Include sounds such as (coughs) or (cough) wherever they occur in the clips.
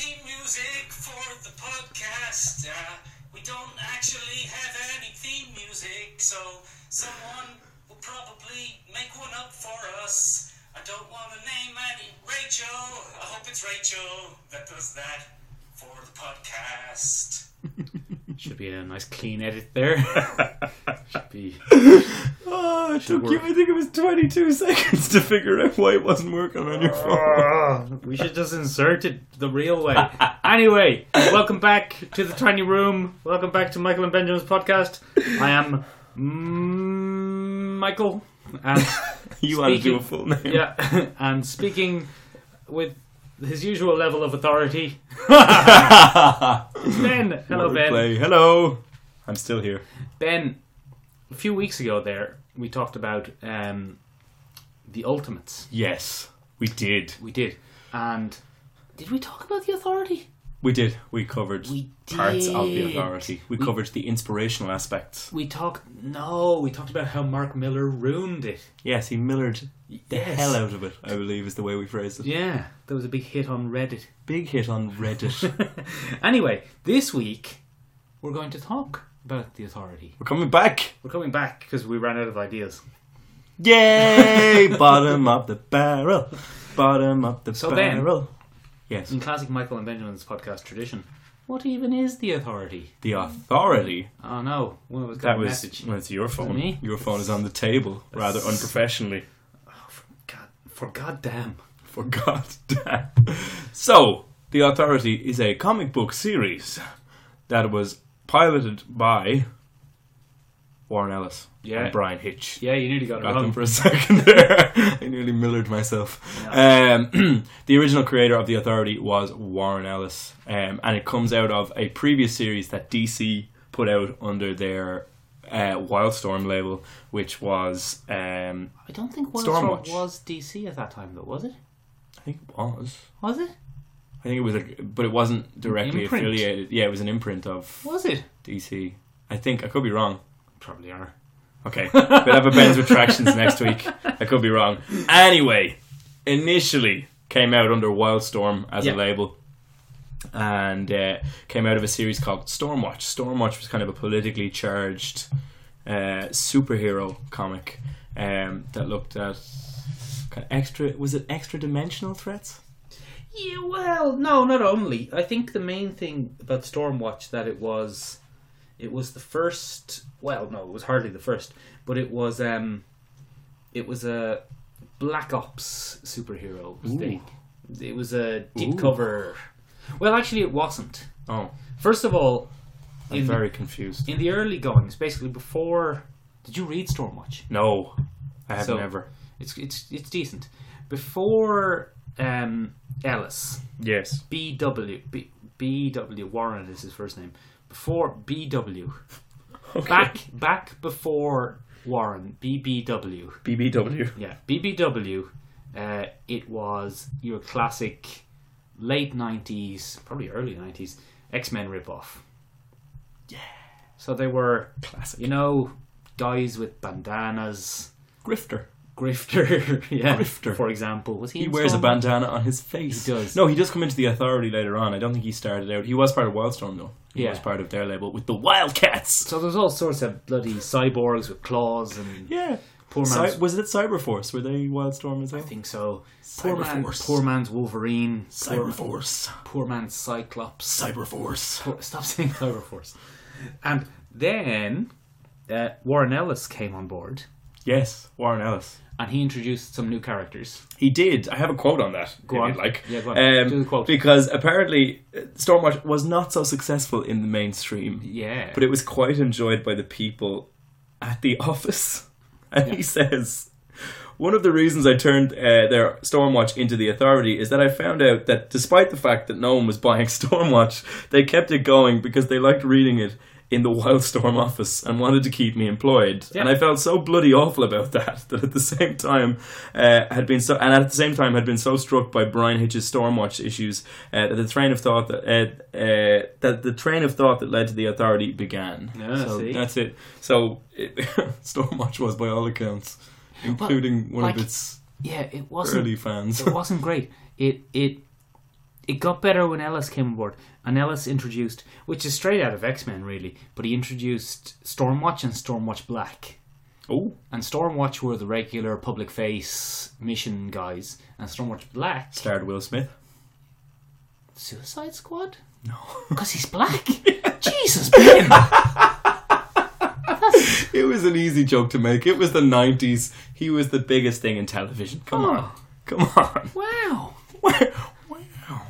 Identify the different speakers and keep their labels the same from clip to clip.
Speaker 1: music for the podcast. Uh, we don't actually have any theme music, so someone will probably make one up for us. I don't want to name any Rachel. I hope it's Rachel that does that for the podcast.
Speaker 2: Should be a nice clean edit
Speaker 3: (laughs)
Speaker 2: there. Should be.
Speaker 3: Oh, it
Speaker 2: Should
Speaker 3: took you,
Speaker 2: work.
Speaker 3: I think it was 22 (laughs) seconds to figure out why it wasn't working on your phone. (laughs)
Speaker 2: (laughs) we should just insert it the real way. anyway, welcome back to the tiny room. Welcome back to Michael and Benjamin's podcast. I am mm, Michael, and
Speaker 3: You want to
Speaker 2: Speaking-
Speaker 3: do a full name. (laughs)
Speaker 2: yeah, (laughs) and speaking with his usual level of authority. ben, hello, Ben.
Speaker 3: Wordplay. Hello. I'm still here.
Speaker 2: Ben, a few weeks ago, there we talked about um, the Ultimates.
Speaker 3: Yes, we did.
Speaker 2: We did, and did we talk about the Authority?
Speaker 3: We did. We covered
Speaker 2: We
Speaker 3: parts of the
Speaker 2: did.
Speaker 3: authority. We,
Speaker 2: We-
Speaker 3: covered the inspirational aspects.
Speaker 2: We talked. No, we talked about how Mark Miller ruined it.
Speaker 3: Yes, he millered the
Speaker 2: Yes.
Speaker 3: hell out of it, I believe is the way we phrased it.
Speaker 2: Yeah, there was a big hit on Reddit. (laughs)
Speaker 3: Big hit on Reddit. (laughs)
Speaker 2: anyway, this week we're going to talk about the Authority.
Speaker 3: We're coming back.
Speaker 2: We're coming back because we ran out of ideas. (laughs)
Speaker 3: Yay! Bottom up the barrel. Bottom up the
Speaker 2: So then-
Speaker 3: barrel. yes.
Speaker 2: In classic Michael and Benjamin's podcast tradition, what even is the Authority?
Speaker 3: The authority
Speaker 2: Oh no, one of us got
Speaker 3: That
Speaker 2: a
Speaker 3: was
Speaker 2: message.
Speaker 3: well, it's your phone.
Speaker 2: me?
Speaker 3: Your phone is on the table, rather unprofessionally.
Speaker 2: God, for goddamn.
Speaker 3: For God damn. So, The Authority is a comic book series that was piloted by Warren Ellis
Speaker 2: Yeah.
Speaker 3: and Brian Hitch.
Speaker 2: Yeah, you nearly got it
Speaker 3: Got
Speaker 2: wrong.
Speaker 3: them for a second (laughs) there. I nearly millered myself. Um, (clears throat) the original creator of The Authority was Warren Ellis, um, and it comes out of a previous series that DC put out under their uh, Wildstorm label, which was um,
Speaker 2: I don't think
Speaker 3: Stormwatch.
Speaker 2: Wildstorm was DC at that time, though, was it?
Speaker 3: I think it was.
Speaker 2: Was it?
Speaker 3: I think it was, a, but it wasn't directly
Speaker 2: Imprint.
Speaker 3: affiliated. Yeah, it was an imprint of
Speaker 2: Was it?
Speaker 3: DC. I think I could be wrong.
Speaker 2: Probably are.
Speaker 3: Okay, we'll have a Ben's retractions next week. I could be wrong. Anyway, initially came out under Wildstorm as
Speaker 2: Yeah.
Speaker 3: a label, and uh, came out of a series called Stormwatch. Stormwatch was kind of a politically charged uh, superhero comic um, that looked at kind of extra. Was it extra dimensional threats?
Speaker 2: Yeah, well, no, not only. I think the main thing about Stormwatch that it was, it was the first. Well, no, it was hardly the first, but it was um, it was a Black Ops superhero thing. It was a deep
Speaker 3: Ooh.
Speaker 2: cover. Well, actually, it wasn't.
Speaker 3: Oh,
Speaker 2: First of all,
Speaker 3: I'm
Speaker 2: in
Speaker 3: very confused.
Speaker 2: the, in the early goings, basically before. Did you read Stormwatch?
Speaker 3: no, I have
Speaker 2: So-
Speaker 3: never.
Speaker 2: It's it's it's decent. Before um, Ellis,
Speaker 3: Yes.
Speaker 2: BW B, BW Warren is his first name. Before BW, (laughs) back back before Warren BBW.
Speaker 3: BBW.
Speaker 2: Yeah, BBW. Uh, it was your classic late nineties, probably early nineties X Men ripoff. Yeah. So they were,
Speaker 3: Classic.
Speaker 2: you know, guys with bandanas.
Speaker 3: Grifter.
Speaker 2: Grifter, (laughs) yeah.
Speaker 3: Grifter.
Speaker 2: for example, was he?
Speaker 3: He
Speaker 2: in
Speaker 3: wears a
Speaker 2: Storm?
Speaker 3: bandana on his face.
Speaker 2: He does.
Speaker 3: No, he does come into the authority later on. I don't think he started out. He was part of Wildstorm though. He
Speaker 2: Yeah.
Speaker 3: was part of their label with the Wildcats.
Speaker 2: So there's all sorts of bloody cyborgs with claws and
Speaker 3: Yeah.
Speaker 2: poor man's
Speaker 3: Cy- was it Cyberforce? Were they Wildstorm as well?
Speaker 2: I think so. Poor, man,
Speaker 3: Cyberforce.
Speaker 2: poor man's Wolverine. Poor,
Speaker 3: Cyberforce.
Speaker 2: poor man's Cyclops.
Speaker 3: Cyberforce.
Speaker 2: Poor- stop saying Cyberforce. And then uh, Warren Ellis came on board
Speaker 3: Yes, Warren Ellis.
Speaker 2: and he introduced some new characters.
Speaker 3: He did. I have a quote on that.
Speaker 2: Go
Speaker 3: if
Speaker 2: on.
Speaker 3: you'd like.
Speaker 2: Yeah, go on.
Speaker 3: Um,
Speaker 2: Do the quote.
Speaker 3: Because apparently, uh, Stormwatch was not so successful in the mainstream.
Speaker 2: Yeah.
Speaker 3: but it was quite enjoyed by the people at the (laughs) office. And he says, one of the reasons I turned uh, their Stormwatch into the Authority is that I found out that despite the fact that no one was (laughs) buying Stormwatch, they kept it going because they liked reading it in the Wildstorm office and wanted to keep me employed. And I felt so bloody awful about (laughs) that that at the same time uh, had been so and at the same time had been so struck by Brian Hitch's Stormwatch issues uh, that the train of thought that uh, uh, that the train of thought that led to the Authority began.
Speaker 2: Ah,
Speaker 3: so
Speaker 2: see.
Speaker 3: that's it. So it, (laughs) Stormwatch was by all accounts including one
Speaker 2: like-
Speaker 3: of its
Speaker 2: yeah, it wasn't.
Speaker 3: (laughs) early fans.
Speaker 2: It wasn't great. It it it got better when Ellis came on board, and Ellis introduced, which is straight out of X Men, really, but he introduced Stormwatch and Stormwatch Black.
Speaker 3: Oh,
Speaker 2: And Stormwatch were the regular public face mission guys, and Stormwatch Black,
Speaker 3: starred Will Smith.
Speaker 2: Suicide Squad?
Speaker 3: No. (laughs)
Speaker 2: Because he's black? (laughs) Jesus, Ben!
Speaker 3: It was an easy joke to make. It was the 90s. He was the biggest thing in television. Come
Speaker 2: Oh.
Speaker 3: on. Come on. (laughs)
Speaker 2: Wow!
Speaker 3: wow.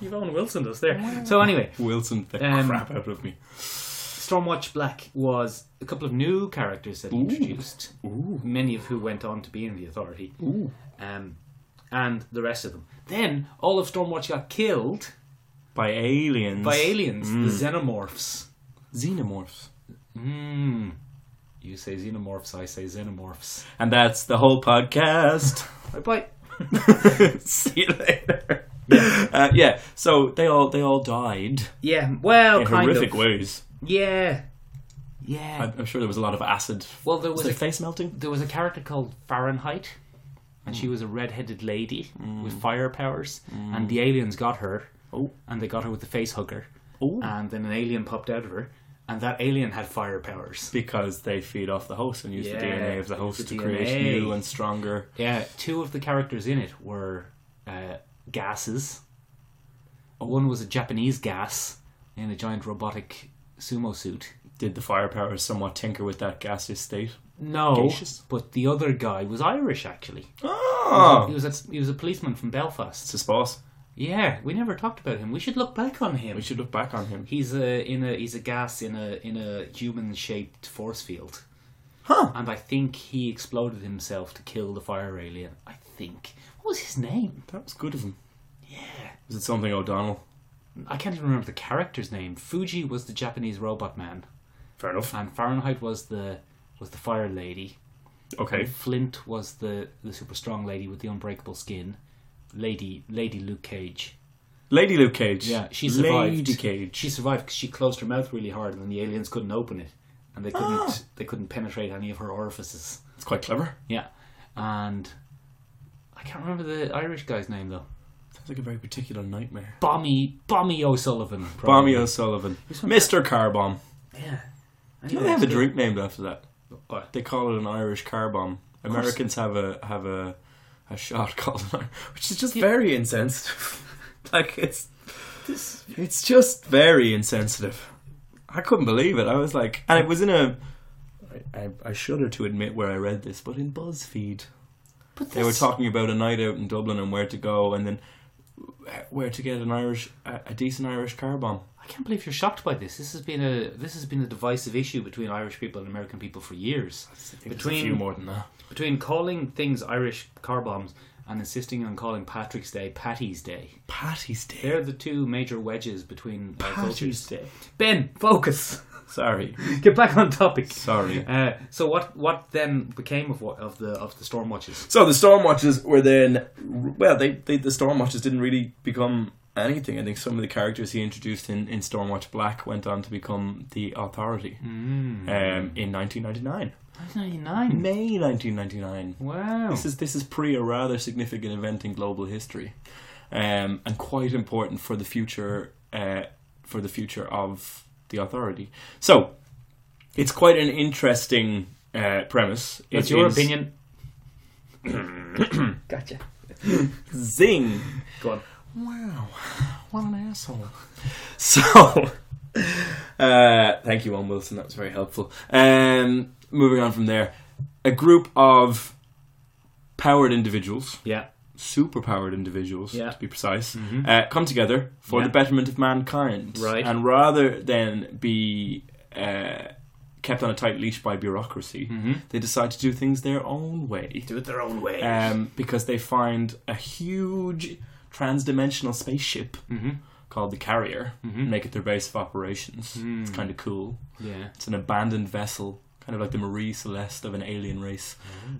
Speaker 2: Yvonne Wilson does there. So, anyway,
Speaker 3: Wilson, the
Speaker 2: Um,
Speaker 3: crap out of me.
Speaker 2: Stormwatch Black was a couple of new characters that he
Speaker 3: Ooh.
Speaker 2: introduced,
Speaker 3: Ooh.
Speaker 2: many of who went on to be in the Authority,
Speaker 3: Ooh.
Speaker 2: um, and the rest of them. Then, all of Stormwatch got killed
Speaker 3: By aliens.
Speaker 2: by aliens, the
Speaker 3: Mm.
Speaker 2: Xenomorphs.
Speaker 3: Xenomorphs.
Speaker 2: Mm. You say xenomorphs, I say xenomorphs.
Speaker 3: And that's the whole
Speaker 2: (laughs)
Speaker 3: podcast. (laughs)
Speaker 2: Bye bye.
Speaker 3: See you later. Uh, yeah. So they all they all died
Speaker 2: Yeah, well,
Speaker 3: in
Speaker 2: kind
Speaker 3: horrific
Speaker 2: of.
Speaker 3: ways.
Speaker 2: Yeah,
Speaker 3: I-
Speaker 2: yeah.
Speaker 3: I'm, sure there was a lot of acid.
Speaker 2: well, there
Speaker 3: Was
Speaker 2: was
Speaker 3: their
Speaker 2: a,
Speaker 3: face melting?
Speaker 2: there was a character called Fahrenheit, and
Speaker 3: Mm.
Speaker 2: she was a red-headed lady with fire powers, and the aliens got her,
Speaker 3: Mm. Oh.
Speaker 2: and they got her with the face hugger,
Speaker 3: Oh.
Speaker 2: and then an alien popped out of her, and that alien had fire powers.
Speaker 3: because they feed off the host and use
Speaker 2: Yeah,
Speaker 3: the DNA of the
Speaker 2: use
Speaker 3: host
Speaker 2: the
Speaker 3: to create
Speaker 2: DNA.
Speaker 3: new and stronger.
Speaker 2: Yeah, two of the characters in it were uh, gases. Uh, One was a Japanese gas in a giant robotic sumo suit.
Speaker 3: Did the fire powers somewhat tinker with that gaseous state?
Speaker 2: No,
Speaker 3: Gaseous?
Speaker 2: but the other guy was Irish actually. He
Speaker 3: Oh,
Speaker 2: was a, he was a policeman from Belfast.
Speaker 3: it's his boss.
Speaker 2: Yeah, we never talked about him. We should look back on him.
Speaker 3: We should look back on him.
Speaker 2: He's a in a he's a gas in a in a human shaped force field.
Speaker 3: Huh.
Speaker 2: And I think he exploded himself to kill the fire alien. I think. What was his name?
Speaker 3: That was good of him.
Speaker 2: Yeah.
Speaker 3: Was it something O'Donnell?
Speaker 2: I can't even remember the character's name. Fuji was the Japanese robot man,
Speaker 3: Fair enough.
Speaker 2: and Fahrenheit was the was the fire lady.
Speaker 3: Okay.
Speaker 2: Flint was the the super strong lady with the unbreakable skin. Lady Lady Luke Cage.
Speaker 3: Lady Luke Cage.
Speaker 2: Yeah, she survived.
Speaker 3: Lady Cage.
Speaker 2: She survived because she closed her mouth really hard, and then the aliens couldn't open it, and they couldn't
Speaker 3: Ah!
Speaker 2: they couldn't penetrate any of her orifices.
Speaker 3: It's quite clever.
Speaker 2: Yeah, and I can't remember the Irish guy's name though.
Speaker 3: Sounds like a very particular nightmare.
Speaker 2: Bommy Bommy O'Sullivan. probably.
Speaker 3: Bommy O'Sullivan. Mr. Car Bomb.
Speaker 2: Yeah.
Speaker 3: You know they have a drink named after that. They call it an Irish car bomb. Americans have a have a a shot (laughs) called an Irish, which is just very insensitive. (laughs) like it's
Speaker 2: This-
Speaker 3: it's just very insensitive. I couldn't believe it. I was like, and it was in a. I, I, I shudder to admit where I read this, but in BuzzFeed,
Speaker 2: But this,
Speaker 3: they were talking about a night out in Dublin and where to go, and then uh, where to get an Irish, a, a decent Irish car bomb.
Speaker 2: I can't believe you're shocked by this. This has been a this has been a divisive issue between Irish people and American people for years.
Speaker 3: Between a few more than that.
Speaker 2: between calling things Irish car bombs and insisting on calling Patrick's Day Patty's Day.
Speaker 3: Patty's Day.
Speaker 2: They're the two major wedges between uh,
Speaker 3: Patty's
Speaker 2: cultures.
Speaker 3: Day.
Speaker 2: Ben, focus. (laughs)
Speaker 3: Sorry,
Speaker 2: Get back on topic.
Speaker 3: sorry.
Speaker 2: Uh, so what what then became of what of the of the storm watches?
Speaker 3: So the Storm Watchers were then, well, they, they the Storm Watchers didn't really become anything. I think some of the characters he introduced in, in Stormwatch Black went on to become the Authority
Speaker 2: Mm.
Speaker 3: um, in 1999,
Speaker 2: 1999.
Speaker 3: May 1999.
Speaker 2: Wow.
Speaker 3: This is this is pre a rather significant event in global history, um, and quite important for the future uh, for the future of the Authority. So it's quite an interesting uh, premise.
Speaker 2: That's
Speaker 3: It
Speaker 2: your
Speaker 3: is-
Speaker 2: opinion. (coughs) gotcha.
Speaker 3: Zing.
Speaker 2: Go on.
Speaker 3: Wow, (sighs) what an asshole. (laughs) So, (laughs) uh, thank you, Owen Wilson. That was very helpful. Um, moving on from there, a group of powered individuals,
Speaker 2: Yeah.
Speaker 3: superpowered individuals,
Speaker 2: Yeah. Mm-hmm.
Speaker 3: to be precise, uh, come together for
Speaker 2: Yeah.
Speaker 3: the betterment of mankind.
Speaker 2: Right.
Speaker 3: And rather than be uh, kept on a tight leash by bureaucracy,
Speaker 2: Mm-hmm.
Speaker 3: they decide to do things their own way
Speaker 2: Do it their own way.
Speaker 3: um, because they find a huge trans-dimensional spaceship called the Carrier, make it their base of operations. It's kind of cool.
Speaker 2: yeah.
Speaker 3: It's an abandoned vessel, kind of like the Marie Celeste of an alien race.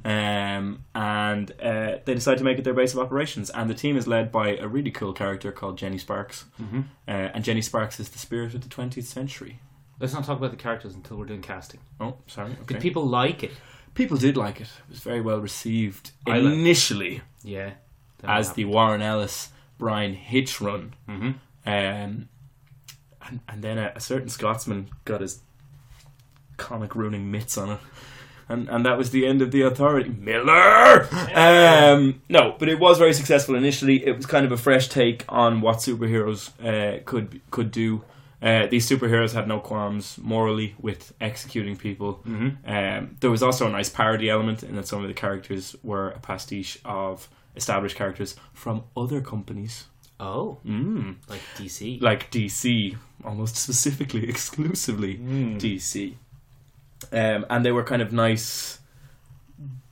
Speaker 3: Um, and uh, they decide to make it their base of operations. And the team is led by a really cool character called Jenny Sparks. Uh, and Jenny Sparks is the spirit of the 20th century.
Speaker 2: Let's not talk about the characters until we're doing casting.
Speaker 3: Oh, sorry. Okay.
Speaker 2: Did people like it?
Speaker 3: people did like it. It was very well received
Speaker 2: I like-
Speaker 3: initially.
Speaker 2: Yeah. Then what
Speaker 3: as the Warren Ellis Brian Hitch run.
Speaker 2: Mhm.
Speaker 3: Um, and, and then a, a certain Scotsman got his comic ruining mitts on it. And, and that was the end of the authority. Miller! Um, no, but it was very successful initially. It was kind of a fresh take on what superheroes uh, could could do. Uh, these superheroes had no qualms morally with executing people.
Speaker 2: Mm-hmm.
Speaker 3: Um, there was also a nice parody element in that some of the characters were a pastiche of established characters from other companies,
Speaker 2: Oh,
Speaker 3: mm.
Speaker 2: like DC.
Speaker 3: like DC, almost (laughs) specifically, exclusively DC. Um, and they were kind of nice,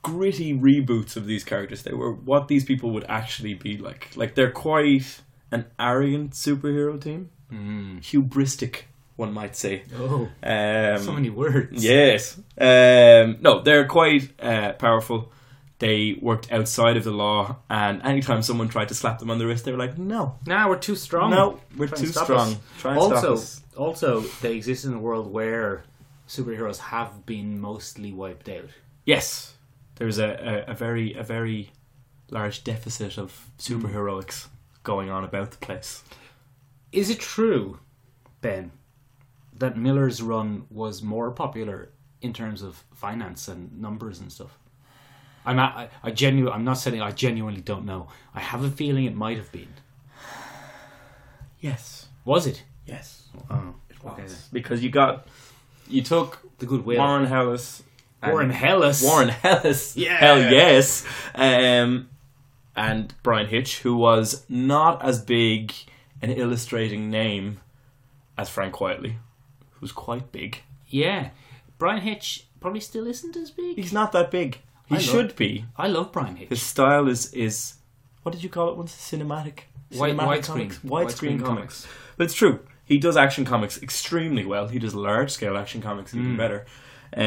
Speaker 3: gritty reboots of these characters. They were what these people would actually be like. Like they're quite an arrogant superhero team,
Speaker 2: Mm.
Speaker 3: hubristic, one might say.
Speaker 2: Oh,
Speaker 3: Um,
Speaker 2: so many words.
Speaker 3: Yes. Um, no, they're quite uh, powerful. They worked outside of the law, and anytime someone tried to slap them on the wrist, they were like, "No,
Speaker 2: Nah, we're too strong.
Speaker 3: no, we're
Speaker 2: Try and
Speaker 3: too
Speaker 2: stop
Speaker 3: strong."
Speaker 2: us.
Speaker 3: Try and stop
Speaker 2: Also,
Speaker 3: us.
Speaker 2: also, they exist in a world where superheroes have been mostly wiped out.
Speaker 3: yes, there's a, a, a very a very large deficit of superheroics going on about the place.
Speaker 2: Is it true, Ben, that Miller's run was more popular in terms of finance and numbers and stuff? I'm a- I, I genu- I'm not saying I genuinely don't know. I have a feeling it might have been.
Speaker 3: Yes,
Speaker 2: Was it?
Speaker 3: yes,
Speaker 2: Oh,
Speaker 3: Okay. because you got you took
Speaker 2: The Goodwill.
Speaker 3: Warren Hellas, and-
Speaker 2: Warren Hellas.
Speaker 3: Warren
Speaker 2: (laughs)
Speaker 3: Ellis.
Speaker 2: Yeah.
Speaker 3: Hell yes. Um, and Brian Hitch, who was not as big an illustrating name as Frank Quietly, who's quite big.
Speaker 2: Yeah. Brian Hitch probably still isn't as big.
Speaker 3: He's not that big. He
Speaker 2: I know.
Speaker 3: should be.
Speaker 2: I love Brian Hitch.
Speaker 3: His style is is what did you call it once? Cinematic.
Speaker 2: Wide-
Speaker 3: Cinematic
Speaker 2: widescreen.
Speaker 3: comics?
Speaker 2: Widescreen
Speaker 3: Widescreen
Speaker 2: comics.
Speaker 3: comics. But it's true. He does action comics extremely well. He does large scale action comics
Speaker 2: Mm.
Speaker 3: even better.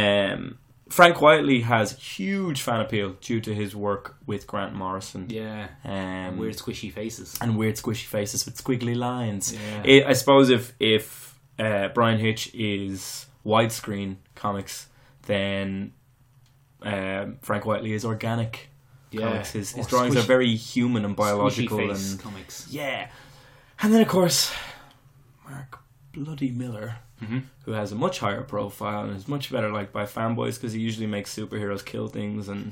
Speaker 3: Um, Frank Whiteley has huge fan appeal due to his work with Grant Morrison.
Speaker 2: Yeah.
Speaker 3: Um,
Speaker 2: Weird squishy faces.
Speaker 3: and weird squishy faces with squiggly lines.
Speaker 2: Yeah.
Speaker 3: It, I suppose if if uh, Brian Hitch is widescreen comics, then um, Frank Whiteley is organic
Speaker 2: Yeah.
Speaker 3: comics. His, his
Speaker 2: Or
Speaker 3: drawings
Speaker 2: squish-
Speaker 3: are very human and biological,
Speaker 2: squishy face
Speaker 3: and
Speaker 2: comics.
Speaker 3: yeah. And then of course, Mark Bloody Miller,
Speaker 2: Mm-hmm.
Speaker 3: who has a much higher profile and is much better liked by fanboys because he usually makes superheroes kill things and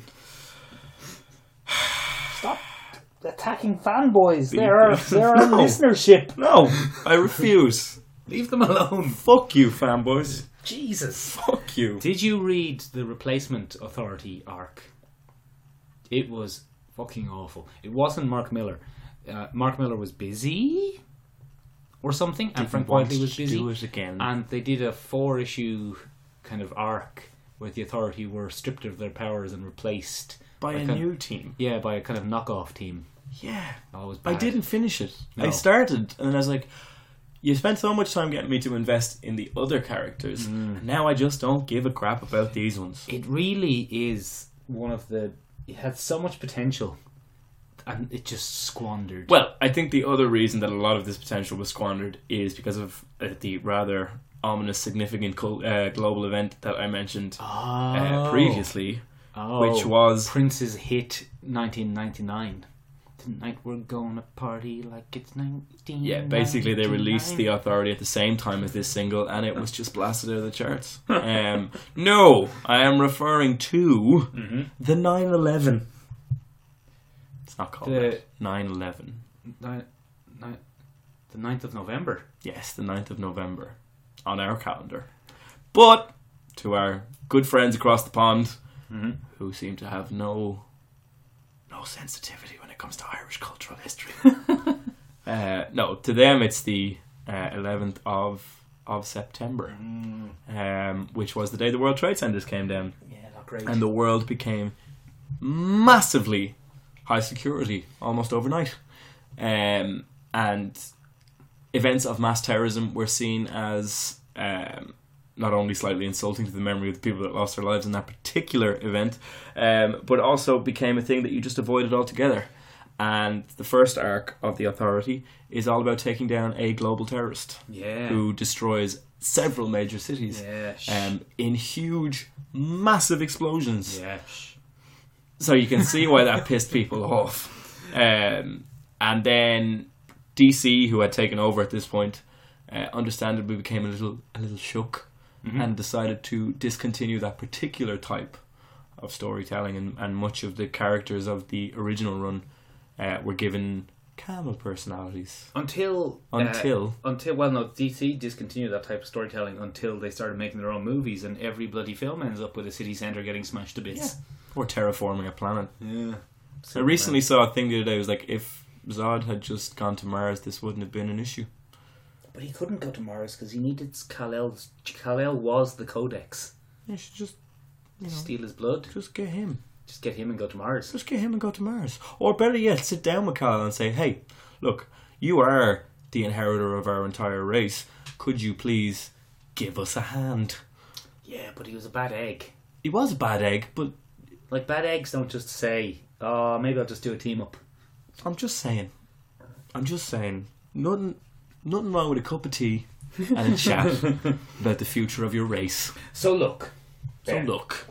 Speaker 2: Attacking fanboys.
Speaker 3: They're our- they're our (laughs) No.
Speaker 2: listenership.
Speaker 3: no, I refuse.
Speaker 2: Leave them alone.
Speaker 3: Fuck you, fanboys.
Speaker 2: Jesus.
Speaker 3: Fuck you.
Speaker 2: Did you read the replacement authority arc? It was fucking awful. It wasn't Mark Miller. Uh, Mark Miller was busy or something, and Frank
Speaker 3: want
Speaker 2: Whiteley was
Speaker 3: to
Speaker 2: busy.
Speaker 3: do it again.
Speaker 2: And they did a four issue kind of arc where the authority were stripped of their powers and replaced
Speaker 3: by a
Speaker 2: kind of-
Speaker 3: new team.
Speaker 2: yeah, by a kind of knockoff team.
Speaker 3: Yeah.
Speaker 2: Oh, it was
Speaker 3: I
Speaker 2: bad.
Speaker 3: didn't finish it.
Speaker 2: No.
Speaker 3: I started and then I was like, you spent so much time getting me to invest in the other characters,
Speaker 2: Mm.
Speaker 3: and now I just don't give a crap about these ones.
Speaker 2: It really is one of the. It had so much potential, and it just squandered.
Speaker 3: Well, I think the other reason that a lot of this potential was squandered is because of uh, the rather ominous, significant cul- uh, global event that I mentioned
Speaker 2: oh,
Speaker 3: uh, previously,
Speaker 2: oh,
Speaker 3: which was
Speaker 2: Prince's hit 1999. Tonight we're gonna party like it's 19.
Speaker 3: Yeah, basically they released the Authority at the same time as this single, and it was just blasted out of the charts. Um, no, I am referring to the 9/11. It's not called
Speaker 2: The-
Speaker 3: that. 9/11.
Speaker 2: Ni- ni- the 9th of November.
Speaker 3: Yes, the 9th of November on our calendar. But to our good friends across the pond, who seem to have no no sensitivity when it comes to Irish cultural history. uh, no, to them it's the uh, eleventh of of September, um, which was the day the World Trade Centers came down,
Speaker 2: Yeah, not great.
Speaker 3: and the world became massively high security almost overnight. Um, and events of mass terrorism were seen as um, not only slightly insulting to the memory of the people that lost their lives in that particular event, um, but also became a thing that you just avoided altogether. And the first arc of the Authority is all about taking down a global terrorist
Speaker 2: yeah.
Speaker 3: who destroys several major cities
Speaker 2: Yeah. sh-
Speaker 3: um, in huge,
Speaker 4: (laughs)
Speaker 3: massive explosions
Speaker 2: yeah. sh-
Speaker 3: so you can see why that pissed people off. Um, And then DC, who had taken over at this point, uh, understandably became a little a little shook and decided to discontinue that particular type of storytelling, and, and much of the characters of the original run uh, were given camel personalities.
Speaker 2: until uh,
Speaker 3: Until-
Speaker 2: until well no DC discontinued that type of storytelling until they started making their own movies and every bloody film ends up with a city center getting smashed to bits.
Speaker 3: Or terraforming a planet.
Speaker 2: Yeah.
Speaker 3: I recently saw a thing the other day. It was like if Zod had just gone to Mars, this wouldn't have been an issue.
Speaker 2: but he couldn't go to Mars because he needed Kal-El. Kal-El was the Codex.
Speaker 3: You should just Mm-hmm.
Speaker 2: Steal his blood,
Speaker 3: just get him.
Speaker 2: just get him and go to Mars.
Speaker 3: Just get him and go to Mars. Or better yet, sit down with Kal and say, "Hey, look, you are the inheritor of our entire race. Could you please give us a hand?"
Speaker 2: Yeah, but he was a bad egg.
Speaker 3: He was a bad egg, but
Speaker 2: Like bad eggs don't just say, "Oh, maybe I'll just do a team up."
Speaker 3: I'm just saying. I'm just saying. Nothing, nothing wrong with a cup of tea and a (laughs) chat about the future of your race.
Speaker 2: So look,
Speaker 3: So
Speaker 2: Yeah.
Speaker 3: look,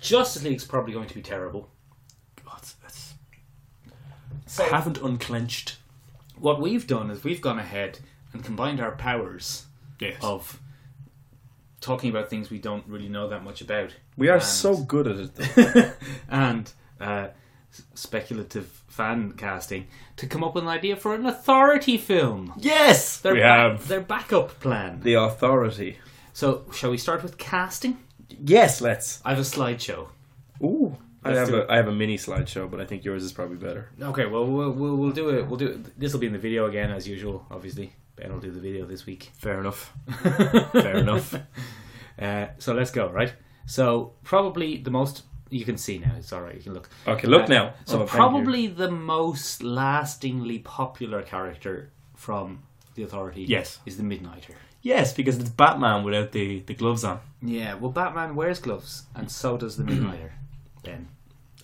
Speaker 2: Justice League's probably going to be terrible.
Speaker 3: God, that's,
Speaker 2: So
Speaker 3: haven't unclenched.
Speaker 2: what we've done is we've gone ahead and combined our powers
Speaker 3: Yes.
Speaker 2: of talking about things we don't really know that much about
Speaker 3: We are
Speaker 2: And-
Speaker 3: so good at it. Though.
Speaker 2: and uh, s- speculative fan casting to come up with an idea for an authority film.
Speaker 3: (laughs) yes,
Speaker 2: Their
Speaker 3: we
Speaker 2: ba-
Speaker 3: have
Speaker 2: their backup plan.
Speaker 3: the authority.
Speaker 2: so, shall we start with casting?
Speaker 3: Yes, let's.
Speaker 2: I have a slideshow.
Speaker 3: Ooh, I
Speaker 2: Let's
Speaker 3: have
Speaker 2: do
Speaker 3: a I have a mini slideshow, but I think yours is probably better.
Speaker 2: Okay, well, we'll we'll, we'll do it. We'll do it. This will be in the video again, as usual. Obviously, Ben will do the video this (laughs) week.
Speaker 3: Fair (laughs) enough.
Speaker 2: Fair
Speaker 3: enough.
Speaker 2: Uh, so let's go. Right. So probably the most you can see now. It's all right. You can look.
Speaker 3: Okay, look
Speaker 2: Uh,
Speaker 3: now. (laughs)
Speaker 2: So
Speaker 3: Oh, thank you.
Speaker 2: probably the most lastingly popular character from the Authority.
Speaker 3: Yes.
Speaker 2: Is the Midnighter.
Speaker 3: Yes, because it's Batman without the, the gloves on.
Speaker 2: Yeah. Well, Batman wears gloves, and so does the Midnighter. (clears throat) Ben.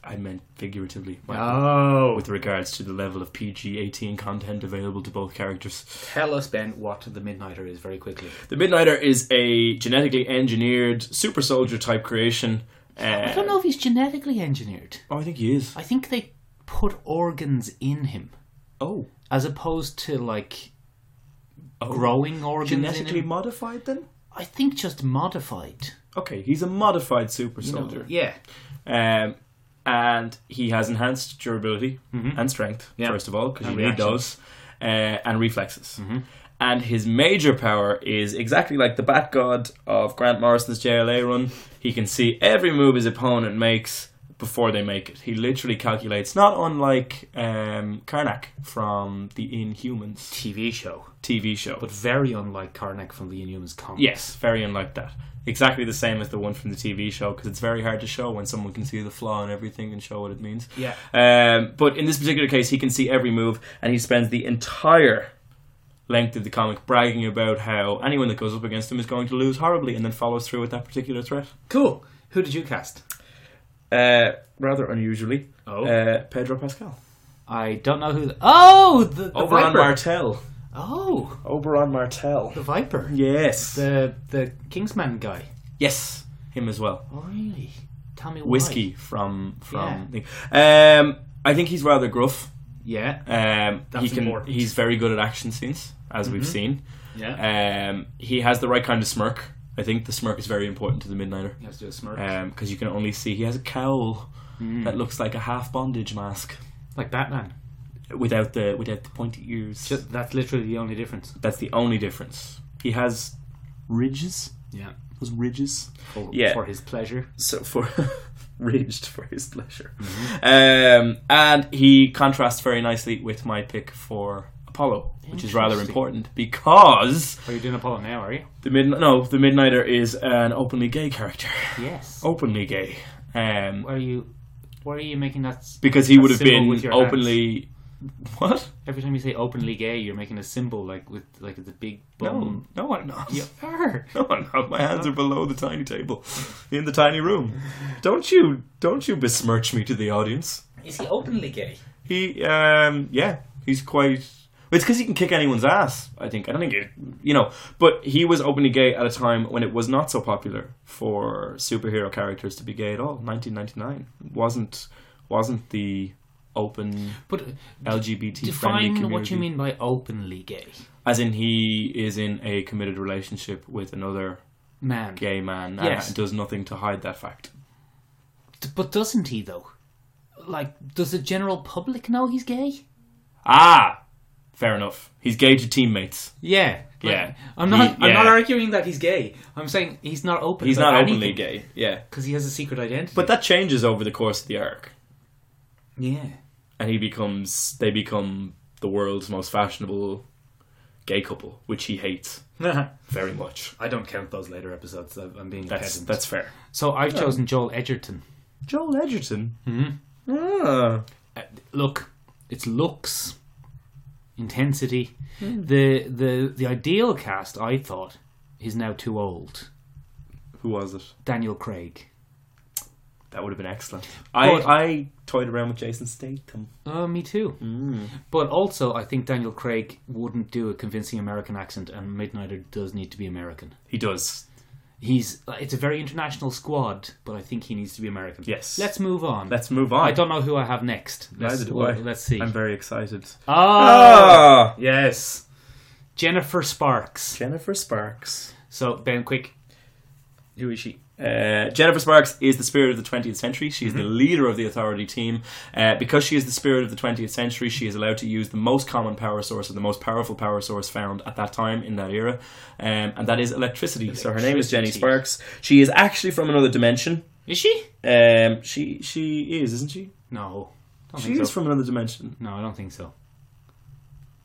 Speaker 3: I meant figuratively.
Speaker 2: Oh.
Speaker 3: With regards to the level of PG eighteen content available to both characters.
Speaker 2: Tell us, Ben, what the Midnighter is very quickly.
Speaker 3: The Midnighter is a genetically engineered super soldier type creation. Uh,
Speaker 2: I (laughs) don't know if he's genetically engineered.
Speaker 3: Oh, I think he is.
Speaker 2: I think they put organs in him
Speaker 3: Oh,
Speaker 2: as opposed to like
Speaker 3: Oh.
Speaker 2: growing organs. in
Speaker 3: genetically
Speaker 2: him.
Speaker 3: modified then?
Speaker 2: I think just modified.
Speaker 3: Okay, he's a modified super
Speaker 2: you know.
Speaker 3: soldier.
Speaker 2: Yeah.
Speaker 3: Um, and he has enhanced durability and strength,
Speaker 2: Mm-hmm. Yeah.
Speaker 3: first of all, because you
Speaker 2: And Mm-hmm. reaction.
Speaker 3: need those, uh, and reflexes. And his major power is exactly like the Bat God of Grant Morrison's JLA run. He can see every move his opponent makes before they make it. He literally calculates, not unlike um, Karnak from the Inhumans
Speaker 2: TV show,
Speaker 3: TV show.
Speaker 2: but very unlike Karnak from the Inhumans comics.
Speaker 3: Yes, very unlike that. Exactly the same as the one from the TV show because it's very hard to show when someone can see the flaw in everything and show what it means.
Speaker 2: Yeah.
Speaker 3: Um, but in this particular case, he can see every move and he spends the entire length of the comic bragging about how anyone that goes up against him is going to lose horribly and then follows through with that particular threat.
Speaker 2: Cool. Who did you cast?
Speaker 3: Uh, rather unusually,
Speaker 2: Oh.
Speaker 3: uh, Pedro Pascal.
Speaker 2: I don't know who. The- oh, the, the
Speaker 3: Oberon
Speaker 2: Viper.
Speaker 3: Martel.
Speaker 2: oh,
Speaker 3: Oberon Martel.
Speaker 2: the Viper.
Speaker 3: Yes.
Speaker 2: The the Kingsman guy.
Speaker 3: yes, him as well.
Speaker 2: Oh, really? Tell
Speaker 3: Oh,
Speaker 2: me why.
Speaker 3: Whiskey from from. thing. Um, I think he's rather gruff.
Speaker 2: Yeah.
Speaker 3: Um,
Speaker 2: That's
Speaker 3: he can.
Speaker 2: important.
Speaker 3: He's very good at action scenes, as we've seen.
Speaker 2: Yeah.
Speaker 3: Um, he has the right kind of smirk. I think the smirk is very important to the Midnighter
Speaker 2: he has to do a smirk.
Speaker 3: because you can only see he has a cowl
Speaker 2: Hmm.
Speaker 3: that looks like a half bondage mask
Speaker 2: like Batman.
Speaker 3: without the without the pointy ears.
Speaker 2: Just, that's literally the only difference.
Speaker 3: That's the only difference. He has ridges.
Speaker 2: Yeah.
Speaker 3: Those ridges.
Speaker 2: For,
Speaker 3: Yeah.
Speaker 2: for his pleasure.
Speaker 3: so for (laughs) raged for his pleasure. Um, and he contrasts very nicely with my pick for Apollo, which is rather
Speaker 2: Interesting.
Speaker 3: important because
Speaker 2: Are you doing Apollo now? Are you?
Speaker 3: the mid no the Midnighter is an openly gay character, (laughs)
Speaker 2: Yes.
Speaker 3: openly gay. Um,
Speaker 2: Oh. Are you? Why are you making that? s-
Speaker 3: because he
Speaker 2: a
Speaker 3: would have
Speaker 2: symbol
Speaker 3: been
Speaker 2: with your
Speaker 3: openly what?
Speaker 2: Every time you say openly gay, you're making a symbol like with like the big bum.
Speaker 3: no, no, I'm not.
Speaker 2: You are.
Speaker 3: (laughs) No, I'm not. My hands are below the tiny table, in the tiny room. Don't you, don't you besmirch me to the audience.
Speaker 2: Is he openly gay?
Speaker 3: He, um, yeah, he's quite. It's because he can kick anyone's ass. I think. I don't think it, you know. But he was openly gay at a time when it was not so popular for superhero characters to be gay at all. 1999 wasn't wasn't the open
Speaker 2: But uh,
Speaker 3: LGBT friendly
Speaker 2: define
Speaker 3: community.
Speaker 2: what you mean by openly gay
Speaker 3: As in, he is in a committed relationship with another
Speaker 2: man.
Speaker 3: gay man
Speaker 2: Yes.
Speaker 3: and does nothing to hide that fact.
Speaker 2: D- But doesn't he though? Like, does the general public know he's gay?
Speaker 3: Ah, fair enough. He's gay to teammates.
Speaker 2: Yeah,
Speaker 3: Yeah.
Speaker 2: I'm not.
Speaker 3: He-
Speaker 2: I'm not
Speaker 3: yeah.
Speaker 2: arguing that he's gay. I'm saying he's not open.
Speaker 3: He's not openly gay. Yeah,
Speaker 2: because he has a secret identity.
Speaker 3: but that changes over the course of the arc,
Speaker 2: yeah, (laughs)
Speaker 3: and he becomes they become the world's most fashionable gay couple, which he hates very much.
Speaker 2: I don't count those later episodes. I'm I'm being
Speaker 3: That's
Speaker 2: pedant.
Speaker 3: that's fair.
Speaker 2: so I've chosen Joel Edgerton.
Speaker 3: Joel Edgerton.
Speaker 2: Mhm.
Speaker 3: Ah.
Speaker 2: Uh, Look, it's looks, intensity. The the the ideal cast I thought is now too old.
Speaker 3: Who was it?
Speaker 2: Daniel Craig.
Speaker 3: That would have been excellent. I,
Speaker 2: But-
Speaker 3: I toyed around with Jason Statham.
Speaker 2: Uh, me too. But also, I think Daniel Craig wouldn't do a convincing American accent, and Midnighter does need to be American.
Speaker 3: He does.
Speaker 2: He's uh, it's a very international squad, but I think he needs to be American.
Speaker 3: Yes.
Speaker 2: Let's move on.
Speaker 3: Let's move on.
Speaker 2: I don't know who I have next. Let's,
Speaker 3: Neither do
Speaker 2: well,
Speaker 3: I.
Speaker 2: Let's see.
Speaker 3: I'm very excited.
Speaker 2: Ah, yes, Jennifer Sparks.
Speaker 3: Jennifer Sparks.
Speaker 2: So Ben, quick, who is she?
Speaker 3: Uh, Jennifer Sparks is the spirit of the 20th century. She is the leader of the authority team. Uh, because she is the spirit of the 20th century, she is allowed to use the most common power source or the most powerful power source found at that time in that era, um, and that is electricity. So her name is Jenny
Speaker 2: Electricity.
Speaker 3: Sparks. She is actually from another dimension.
Speaker 2: Is she?
Speaker 3: Um, she she is, isn't she?
Speaker 2: No, don't
Speaker 3: She
Speaker 2: think
Speaker 3: is
Speaker 2: so.
Speaker 3: from another dimension.
Speaker 2: no, I don't think so.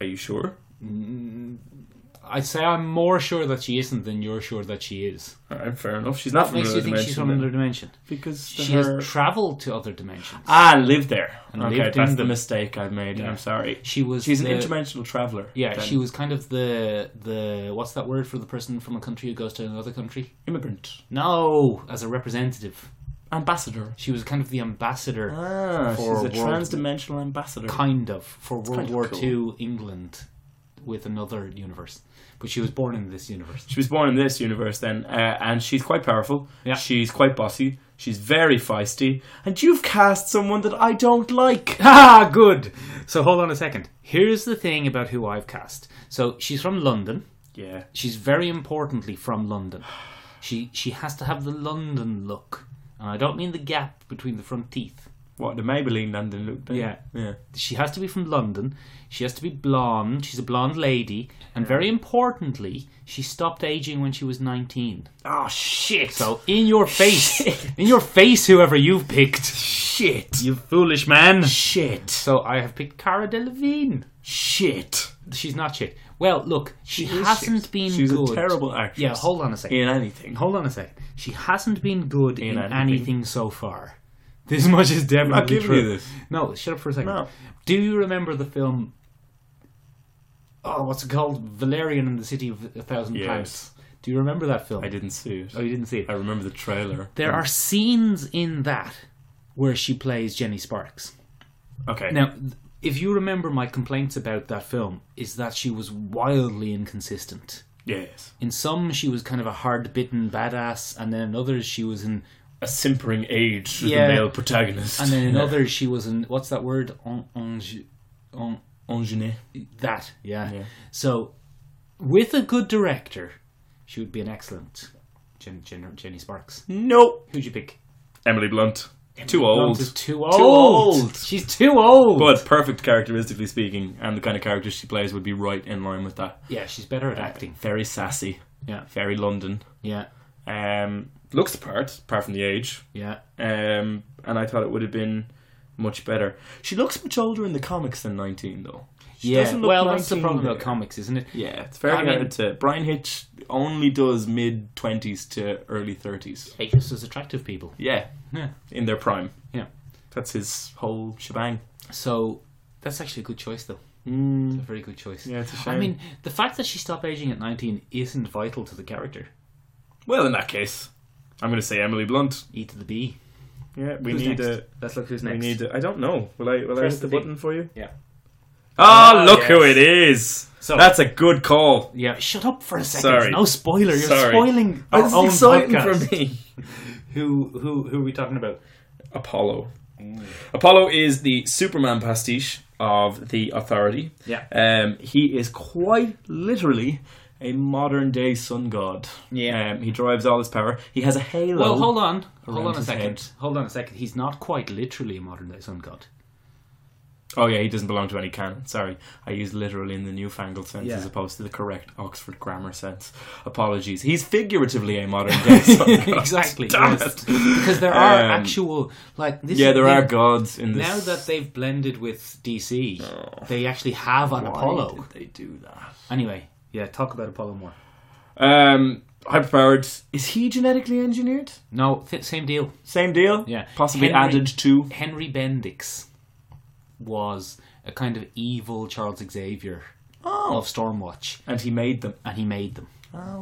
Speaker 3: Are you sure?
Speaker 2: I'd say I'm more sure that she isn't than you're sure that she is.
Speaker 3: All right, fair enough. She's not
Speaker 2: What
Speaker 3: from
Speaker 2: makes
Speaker 3: another
Speaker 2: you think
Speaker 3: dimension.
Speaker 2: she's from
Speaker 3: then.
Speaker 2: another dimension?
Speaker 3: because
Speaker 2: She
Speaker 3: her...
Speaker 2: has travelled to other dimensions.
Speaker 3: ah lived there.
Speaker 2: And
Speaker 3: okay,
Speaker 2: lived
Speaker 3: that's
Speaker 2: in
Speaker 3: the
Speaker 2: them.
Speaker 3: mistake I've made.
Speaker 2: Yeah.
Speaker 3: I'm sorry.
Speaker 2: She was
Speaker 3: She's an
Speaker 2: the-
Speaker 3: interdimensional traveler.
Speaker 2: Yeah,
Speaker 3: then.
Speaker 2: she was kind of the the what's that word for the person from a country who goes to another country?
Speaker 3: immigrant
Speaker 2: No, as a representative.
Speaker 3: ambassador.
Speaker 2: She was kind of the ambassador,
Speaker 3: Ah,
Speaker 2: For
Speaker 3: she's a
Speaker 2: world-
Speaker 3: trans-dimensional ambassador.
Speaker 2: kind of, for World
Speaker 3: kind of
Speaker 2: War
Speaker 3: cool.
Speaker 2: Two England with another universe. But she was born in this (laughs) universe.
Speaker 3: She was born in this universe then, uh, and she's quite powerful.
Speaker 2: Yeah.
Speaker 3: She's quite bossy. She's very feisty, and you've cast someone that I don't like.
Speaker 2: Ah, good. So hold on a second. Here's the thing about who I've cast. So she's from London.
Speaker 3: Yeah,
Speaker 2: She's very importantly from London. She she has to have the London look. And I don't mean the gap between the front teeth.
Speaker 3: what the Maybelline London look? don't you?
Speaker 2: Yeah.
Speaker 3: yeah.
Speaker 2: she has to be from London. She has to be blonde. She's a blonde lady, and very importantly, she stopped aging when she was nineteen.
Speaker 3: Oh shit!
Speaker 2: So in your
Speaker 3: (laughs)
Speaker 2: face, in your face, whoever you've picked,
Speaker 3: shit,
Speaker 2: you foolish man.
Speaker 3: shit,
Speaker 2: So I have picked Cara Delevingne.
Speaker 3: shit.
Speaker 2: She's not shit. Well, look, she,
Speaker 3: is
Speaker 2: hasn't
Speaker 3: shit.
Speaker 2: been
Speaker 3: She's
Speaker 2: good.
Speaker 3: a terrible actress.
Speaker 2: Yeah, hold on a second.
Speaker 3: in anything.
Speaker 2: Hold on a second. She hasn't been good in, anything.
Speaker 3: anything.
Speaker 2: so far. This (laughs) much is definitely
Speaker 3: giving
Speaker 2: true.
Speaker 3: you this.
Speaker 2: No, shut up for a second.
Speaker 3: No.
Speaker 2: Do you remember the film? Oh, what's it called? Valerian and the City of a Thousand
Speaker 3: Yes.
Speaker 2: Plants. Do you remember that film?
Speaker 3: I didn't see it.
Speaker 2: Oh, you didn't see it.
Speaker 3: I remember the trailer.
Speaker 2: There are scenes in that where she plays Jenny Sparks.
Speaker 3: okay.
Speaker 2: Now, th- if you remember my complaints about that film, is that she was wildly inconsistent.
Speaker 3: yes,
Speaker 2: In some, she was kind of a hard-bitten badass, and then in others, she was in
Speaker 3: a simpering age with
Speaker 2: Yeah.
Speaker 3: the male protagonist,
Speaker 2: And then in (laughs)
Speaker 3: Yeah.
Speaker 2: others, she was in what's that word? En, en, en,
Speaker 3: ingenue.
Speaker 2: that, yeah.
Speaker 3: Yeah.
Speaker 2: So, with a good director, she would be an excellent Jen, Jen, Jenny Sparks.
Speaker 3: Nope.
Speaker 2: Who'd you pick?
Speaker 3: Emily Blunt. Too old.
Speaker 2: Blunt is too old.
Speaker 3: old.
Speaker 2: She's too old.
Speaker 3: But perfect characteristically speaking, and the kind of characters she plays would be right in line with that.
Speaker 2: yeah, she's better at acting.
Speaker 3: Very sassy,
Speaker 2: Yeah,
Speaker 3: very London.
Speaker 2: yeah,
Speaker 3: Um, looks the part, apart from the age.
Speaker 2: yeah.
Speaker 3: Um, and I thought it would have been much better. She looks much older in the comics than 19, though. She
Speaker 2: yeah.
Speaker 3: doesn't look
Speaker 2: Well, that's the
Speaker 3: 19
Speaker 2: problem
Speaker 3: there.
Speaker 2: about comics, isn't it?
Speaker 3: Yeah, it's very
Speaker 2: I mean-
Speaker 3: hard to. Brian Hitch only does mid 20s to early 30s.
Speaker 2: They just as attractive people.
Speaker 3: Yeah,
Speaker 2: Yeah.
Speaker 3: in their prime.
Speaker 2: Yeah.
Speaker 3: That's his whole shebang.
Speaker 2: So that's actually a good choice, though.
Speaker 3: Mm,
Speaker 2: A very good choice.
Speaker 3: yeah, it's a shame.
Speaker 2: I mean, the fact that she stopped aging at 19 isn't vital to the character.
Speaker 3: well, in that case, I'm going to say Emily Blunt.
Speaker 2: E to the B.
Speaker 3: Yeah, we
Speaker 2: Who's
Speaker 3: need
Speaker 2: next?
Speaker 3: a.
Speaker 2: Let's look who's
Speaker 3: I
Speaker 2: next.
Speaker 3: need. uh, I don't know. Will I? Will
Speaker 2: Press
Speaker 3: I hit
Speaker 2: the
Speaker 3: the
Speaker 2: thing.
Speaker 3: button for you?
Speaker 2: Yeah.
Speaker 3: Oh,
Speaker 2: Ah,
Speaker 3: look who
Speaker 2: yes.
Speaker 3: it is.
Speaker 2: So-
Speaker 3: that's a good call.
Speaker 2: Yeah, shut up for a second.
Speaker 3: Sorry.
Speaker 2: No spoiler. You're
Speaker 3: Sorry.
Speaker 2: spoiling our
Speaker 3: This is
Speaker 2: own
Speaker 3: exciting
Speaker 2: podcast.
Speaker 3: for me.
Speaker 2: Who who who are we talking about?
Speaker 3: Apollo. Apollo is the Superman pastiche of the Authority.
Speaker 2: Yeah.
Speaker 3: Um, he is quite literally a modern day sun god.
Speaker 2: Yeah.
Speaker 3: Um, he drives all his power. He has a halo.
Speaker 2: Well, hold on. Hold
Speaker 3: Around
Speaker 2: on a
Speaker 3: his
Speaker 2: second.
Speaker 3: head.
Speaker 2: Hold on a second. He's not quite literally a modern day sun god.
Speaker 3: Oh yeah, he doesn't belong to any canon. Sorry, I used literally in the newfangled sense
Speaker 2: Yeah.
Speaker 3: as opposed to the correct Oxford grammar sense. Apologies. He's figuratively a modern
Speaker 2: (laughs)
Speaker 3: day sun Oh, god.
Speaker 2: exactly.
Speaker 3: Damn
Speaker 2: yes.
Speaker 3: it.
Speaker 2: Because there are
Speaker 3: Um,
Speaker 2: actual like this
Speaker 3: Yeah,
Speaker 2: is
Speaker 3: there
Speaker 2: the-
Speaker 3: are gods in this.
Speaker 2: Now that they've blended with DC, they actually have an
Speaker 3: Oh. Why
Speaker 2: Apollo.
Speaker 3: did they do that?
Speaker 2: Anyway, yeah, talk about Apollo more.
Speaker 3: Um, hyperpowered. Is he genetically engineered?
Speaker 2: No, th- same deal.
Speaker 3: Same deal.
Speaker 2: Yeah.
Speaker 3: Possibly
Speaker 2: Henry-
Speaker 3: added to.
Speaker 2: Henry Bendix was a kind of evil Charles Xavier
Speaker 3: Oh.
Speaker 2: of Stormwatch,
Speaker 3: And he made them.
Speaker 2: and he made them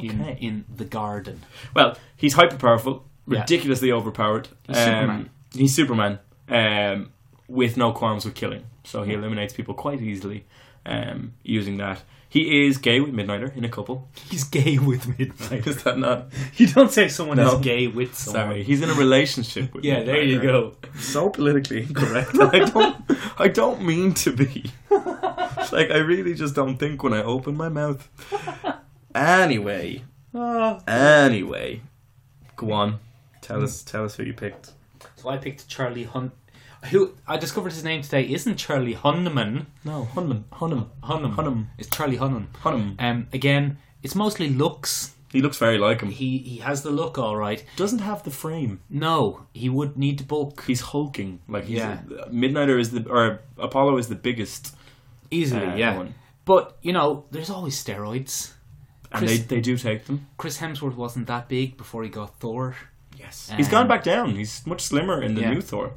Speaker 2: in,
Speaker 3: Okay.
Speaker 2: in the garden.
Speaker 3: Well, he's hyper powerful,
Speaker 2: Yeah.
Speaker 3: ridiculously overpowered.
Speaker 2: He's
Speaker 3: Um,
Speaker 2: Superman.
Speaker 3: He's Superman, um, with no qualms with killing. So he eliminates people quite easily um, using that. He is gay with Midnighter in
Speaker 2: (laughs)
Speaker 3: a couple.
Speaker 2: He's gay with
Speaker 3: (laughs)
Speaker 2: Midnight.
Speaker 3: Is that not?
Speaker 2: you don't say someone
Speaker 3: No.
Speaker 2: is gay with someone.
Speaker 3: Sorry, he's in a relationship with.
Speaker 2: Yeah, there
Speaker 3: Midnighter.
Speaker 2: you go.
Speaker 3: So politically incorrect. I don't. I don't mean to (laughs) be. It's like I really just don't think when I open my mouth. Anyway, Oh. anyway, go on. Tell us. Tell us who you picked.
Speaker 2: So I picked Charlie Hunt. Who I discovered his name today isn't Charlie Hunneman.
Speaker 3: No, Hunman. Hunnam.
Speaker 2: Hunnam.
Speaker 3: Hunnam.
Speaker 2: It's Charlie Hunnam.
Speaker 3: Hunnam.
Speaker 2: Um, again, it's mostly looks.
Speaker 3: He looks very like him.
Speaker 2: He
Speaker 3: He
Speaker 2: he has the look all right.
Speaker 3: doesn't have the frame.
Speaker 2: No, he would need to bulk
Speaker 3: He's hulking. Like he's uh,
Speaker 2: Yeah.
Speaker 3: Midnighter is the or Apollo is the biggest.
Speaker 2: easily.
Speaker 3: Uh,
Speaker 2: yeah,
Speaker 3: one.
Speaker 2: but you know, there's always steroids.
Speaker 3: And
Speaker 2: Chris-
Speaker 3: they, they do take them.
Speaker 2: Chris Hemsworth wasn't that big before he got Thor,
Speaker 3: Yes. Mm.
Speaker 2: Um,
Speaker 3: He's gone back down. He's much slimmer in the
Speaker 2: Yeah.
Speaker 3: new Thor,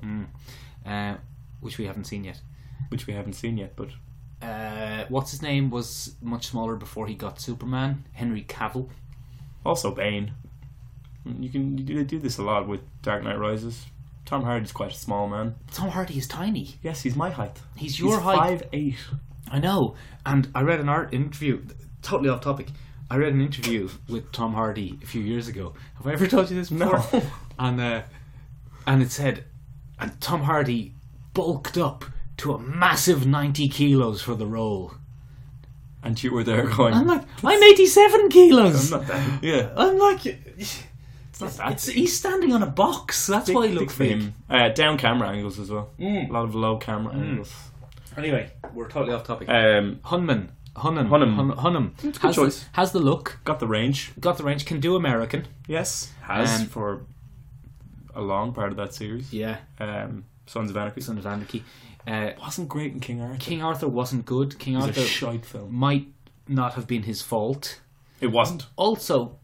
Speaker 2: uh, which we haven't seen yet.
Speaker 3: which we haven't seen yet, but
Speaker 2: Uh, what's his name was much smaller before he got Superman. Henry Cavill.
Speaker 3: also Bane. You can you do, they do this a lot with Dark Knight Rises. Tom Hardy's quite a small man.
Speaker 2: Tom Hardy is tiny.
Speaker 3: Yes, he's my height.
Speaker 2: He's your height.
Speaker 3: Five eight.
Speaker 2: I know. And I read an art interview, totally off topic. I read an interview with Tom Hardy a few years ago. Have I ever (laughs) told you this before?
Speaker 3: No.
Speaker 2: And uh, and it said, and Tom Hardy bulked up to a massive ninety kilos for the role.
Speaker 3: And you were there going.
Speaker 2: I'm like, I'm eighty-seven kilos.
Speaker 3: I'm not
Speaker 2: (laughs)
Speaker 3: that. Yeah.
Speaker 2: I'm like,
Speaker 3: It's not that.
Speaker 2: it's, he's standing on a box. That's why he looks big.
Speaker 3: Uh, down camera angles as well.
Speaker 2: Mm.
Speaker 3: A lot of low camera angles.
Speaker 2: Anyway, we're totally off topic.
Speaker 3: Um,
Speaker 2: Uh, Hunman, Hunnam,
Speaker 3: Hunnam.
Speaker 2: Hun- Hunnam,
Speaker 3: a good
Speaker 2: has the-
Speaker 3: choice.
Speaker 2: has the look,
Speaker 3: got the range.
Speaker 2: got the range, can do American.
Speaker 3: Yes, has
Speaker 2: Um,
Speaker 3: for a long part of that series.
Speaker 2: Yeah,
Speaker 3: Um, Sons of Anarchy
Speaker 2: Son of Anarchy. Uh,
Speaker 3: wasn't great in King Arthur.
Speaker 2: King Arthur wasn't good. King
Speaker 3: it was a
Speaker 2: Arthur
Speaker 3: shite film.
Speaker 2: might not have been his fault.
Speaker 3: It wasn't
Speaker 2: Also,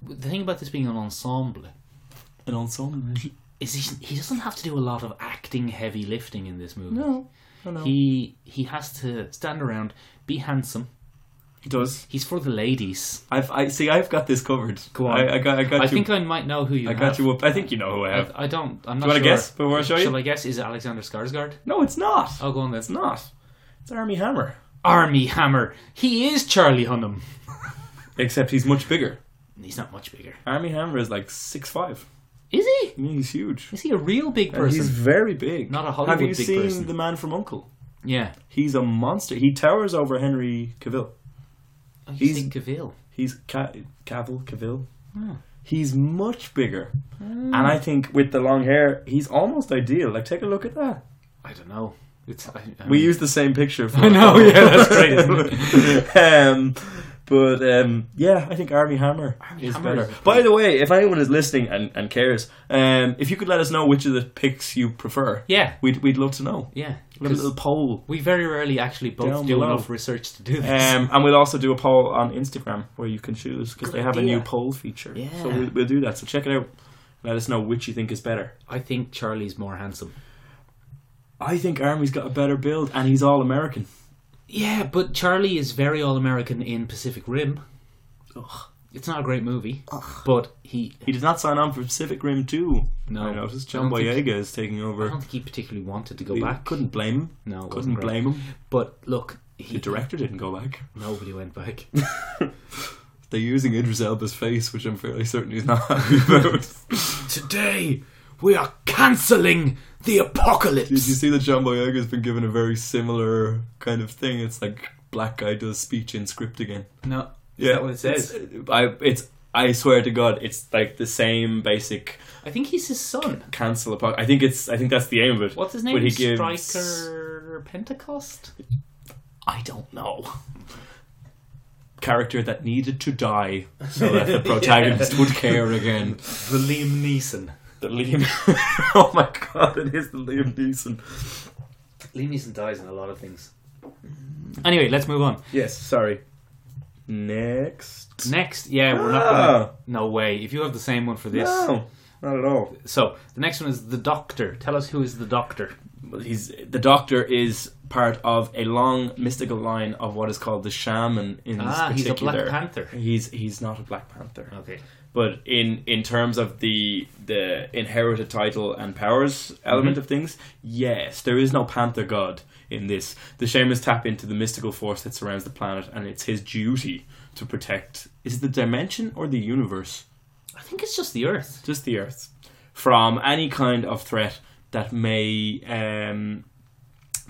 Speaker 2: the thing about this being an ensemble
Speaker 3: an ensemble.
Speaker 2: is he, he doesn't have to do a lot of acting, heavy lifting in this movie.
Speaker 3: No, no, no. He,
Speaker 2: He he has to stand around, be handsome.
Speaker 3: does.
Speaker 2: He's for the ladies.
Speaker 3: I've, I see. I've got this covered.
Speaker 2: Go on.
Speaker 3: I, I got. I got
Speaker 2: I
Speaker 3: you.
Speaker 2: think I might know who you.
Speaker 3: I
Speaker 2: have.
Speaker 3: got you up. I think you know who I have.
Speaker 2: I, I don't. I'm not
Speaker 3: Do you want to
Speaker 2: sure.
Speaker 3: guess before I show you?
Speaker 2: Shall I guess? Is it Alexander Skarsgård?
Speaker 3: No, it's not.
Speaker 2: I'll go on this.
Speaker 3: It's not. It's Army Hammer.
Speaker 2: Army Hammer. He is Charlie Hunnam.
Speaker 3: Except he's much bigger.
Speaker 2: He's not much bigger.
Speaker 3: Army Hammer is like six five.
Speaker 2: Is he?
Speaker 3: He's huge.
Speaker 2: Is he a real big
Speaker 3: And
Speaker 2: person?
Speaker 3: He's very big.
Speaker 2: Not a Hollywood
Speaker 3: Have you
Speaker 2: big
Speaker 3: seen
Speaker 2: person.
Speaker 3: the man from Uncle?
Speaker 2: Yeah.
Speaker 3: He's a monster. He towers over Henry Cavill.
Speaker 2: Oh, you
Speaker 3: He's-
Speaker 2: think Cavill.
Speaker 3: He's Ca- Cavill Cavill.
Speaker 2: Hmm.
Speaker 3: He's much bigger, and I think with the long hair, he's almost ideal. Like, take a look at that.
Speaker 2: I don't know. It's I, I
Speaker 3: We
Speaker 2: mean-
Speaker 3: use the same picture. For
Speaker 2: I
Speaker 3: (laughs)
Speaker 2: know, yeah, that's great, isn't
Speaker 3: um, but um, yeah, I think Army Hammer is
Speaker 2: Hammer
Speaker 3: better.
Speaker 2: is-
Speaker 3: By the way, if anyone is listening and, and cares, um, if you could let us know which of the picks you prefer,
Speaker 2: Yeah.
Speaker 3: we'd we'd love to know.
Speaker 2: Yeah.
Speaker 3: Little, little poll,
Speaker 2: We very rarely actually both
Speaker 3: Down
Speaker 2: do
Speaker 3: below.
Speaker 2: enough research to do this.
Speaker 3: um, and we'll also do a poll on Instagram where you can choose because they have a new
Speaker 2: idea.
Speaker 3: poll feature.
Speaker 2: Yeah.
Speaker 3: So we'll, we'll do that. So check it out. Let us know which you think is better.
Speaker 2: I think Charlie's more handsome.
Speaker 3: I think Army's got a better build, and he's all American.
Speaker 2: Yeah, but Charlie is very all American in Pacific Rim.
Speaker 3: Ugh.
Speaker 2: It's not a great movie, but he.
Speaker 3: He did not sign on for Pacific Rim 2.
Speaker 2: No,
Speaker 3: I noticed
Speaker 2: I
Speaker 3: John
Speaker 2: don't think-
Speaker 3: Boyega is taking
Speaker 2: I
Speaker 3: over.
Speaker 2: don't think he particularly wanted to go
Speaker 3: We
Speaker 2: back.
Speaker 3: Couldn't blame him.
Speaker 2: No, it
Speaker 3: couldn't
Speaker 2: wasn't great.
Speaker 3: blame him.
Speaker 2: But look, he
Speaker 3: The director didn't go back.
Speaker 2: nobody went
Speaker 3: (laughs)
Speaker 2: back.
Speaker 3: (laughs)
Speaker 2: (laughs)
Speaker 3: They're using Idris Elba's face, which I'm fairly certain he's not happy about.
Speaker 2: Today We are cancelling the apocalypse.
Speaker 3: Did you see that John Boyega's been given a very similar kind of thing? It's like black guy does speech in script again.
Speaker 2: No, is that what it says?
Speaker 3: It's, uh, I it's I swear to God, it's like the same basic
Speaker 2: I think he's his son.
Speaker 3: cancel apoc. I think it's I think that's the aim of it.
Speaker 2: What's his
Speaker 3: But
Speaker 2: name?
Speaker 3: he gives-
Speaker 2: Striker Pentecost.
Speaker 3: I don't know. Character that needed to die (laughs) so that the protagonist would care again.
Speaker 2: The Liam Neeson.
Speaker 3: (laughs) The (laughs) Liam. oh my God! It is the Liam Neeson.
Speaker 2: Liam Neeson dies in a lot of things. Anyway, let's move on.
Speaker 3: Yes. Sorry. Next. Ah,
Speaker 2: Next, yeah, we're not going. to... No way. If you have the same one for this,
Speaker 3: No, not at all.
Speaker 2: so the next one is the Doctor. Tell us who is the Doctor.
Speaker 3: Well, he's the doctor is part of a long mystical line of what is called the shaman in this
Speaker 2: Ah, he's a
Speaker 3: particular.
Speaker 2: Black Panther.
Speaker 3: He's he's not a Black Panther,
Speaker 2: Okay.
Speaker 3: but in in terms of the the inherited title and powers element of things, yes, there is no Panther God in this. The shamans tap into the mystical force that surrounds the planet, and it's his duty to protect. Is it the dimension or the universe?
Speaker 2: I think it's just the Earth.
Speaker 3: just the Earth, from any kind of threat that may um,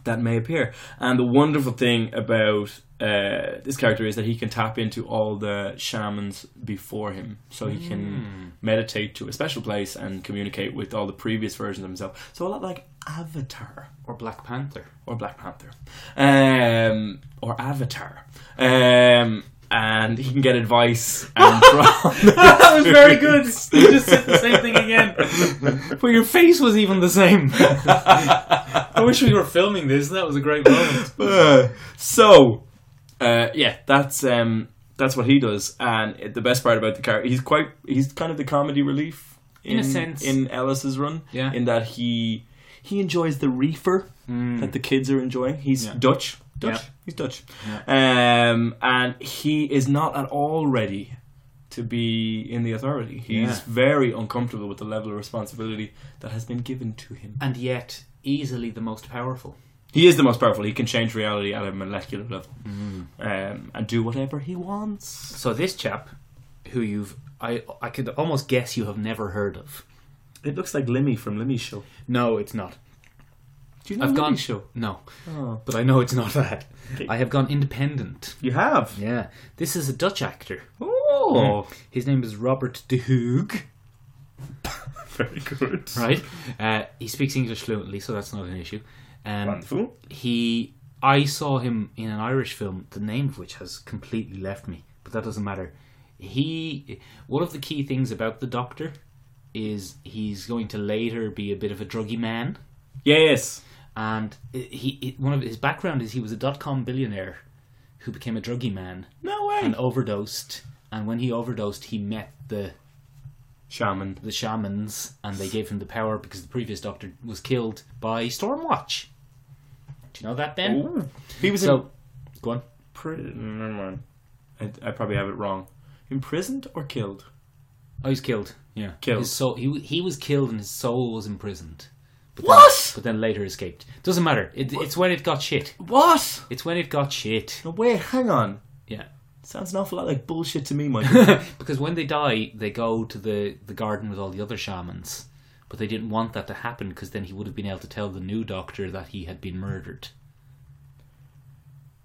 Speaker 3: that may appear. And the wonderful thing about uh, this character is that he can tap into all the shamans before him, so he
Speaker 2: Hmm.
Speaker 3: can meditate to a special place and communicate with all the previous versions of himself. So a lot like Avatar
Speaker 2: Or Black Panther.
Speaker 3: or Black Panther, um, or Avatar, um, and he can get advice.
Speaker 2: (laughs)
Speaker 3: And from
Speaker 2: (laughs) that was very
Speaker 3: (laughs)
Speaker 2: (laughs) good. You just said the same thing again. (laughs) But your face was even the (laughs) same. I wish we were filming this. That was a great moment.
Speaker 3: Uh, so uh, yeah that's um that's what he does and it- the best part about the character he's quite he's kind of the comedy relief in,
Speaker 2: a sense.
Speaker 3: in ellis's run
Speaker 2: Yeah.
Speaker 3: in that he he enjoys the reefer
Speaker 2: Mm. Hmm.
Speaker 3: that the kids are enjoying he's
Speaker 2: Yeah.
Speaker 3: dutch dutch
Speaker 2: Yeah.
Speaker 3: he's dutch um and he is not at all ready to be in the authority he's
Speaker 2: Yeah.
Speaker 3: very uncomfortable with the level of responsibility that has been given to him
Speaker 2: And yet, easily the most powerful.
Speaker 3: he is the most powerful. He can change reality at a molecular level um, and do whatever he wants.
Speaker 2: So this chap, who you've, I, I could almost guess you have never heard of.
Speaker 3: It looks like Limmy from Limmy's show.
Speaker 2: No, it's not.
Speaker 3: Do you know
Speaker 2: I've gone
Speaker 3: Limmy's show?
Speaker 2: No,
Speaker 3: Oh.
Speaker 2: but I know it's not that. I have gone independent.
Speaker 3: You have.
Speaker 2: Yeah, this is a Dutch actor.
Speaker 3: Oh,
Speaker 2: His name is Robert de Hoog.
Speaker 3: (laughs) very good.
Speaker 2: Right, uh, he speaks English fluently, so that's not an issue. Um,
Speaker 3: Wonderful.
Speaker 2: he I saw him in an Irish film, the name of which has completely left me, but that doesn't matter. He one of the key things about the Doctor is he's going to later be a bit of a druggy man,
Speaker 3: Yes.
Speaker 2: and he he- one of his background is he was a dot com billionaire who became a druggy man
Speaker 3: No way.
Speaker 2: and overdosed, and when he overdosed, he met the
Speaker 3: Shaman.
Speaker 2: the shamans and they gave him the power because the previous Doctor was killed by Stormwatch. Do you know that, Ben?
Speaker 3: He was in
Speaker 2: So, go on.
Speaker 3: prison. Mm, Never mind. I, I probably have it wrong. Imprisoned or killed?
Speaker 2: Oh, he's killed. Yeah,
Speaker 3: Killed.
Speaker 2: His soul, he he was killed and his soul was imprisoned. But
Speaker 3: What?
Speaker 2: Then, but then later escaped. Doesn't matter. It, it's when it got shit.
Speaker 3: What?
Speaker 2: It's when it got shit.
Speaker 3: No, wait, hang on.
Speaker 2: Yeah.
Speaker 3: Sounds an awful lot like bullshit to me, Michael.
Speaker 2: (laughs) because when they die, they go to the the garden with all the other shamans. But they didn't want that to happen because then he would have been able to tell the new doctor that he had been murdered.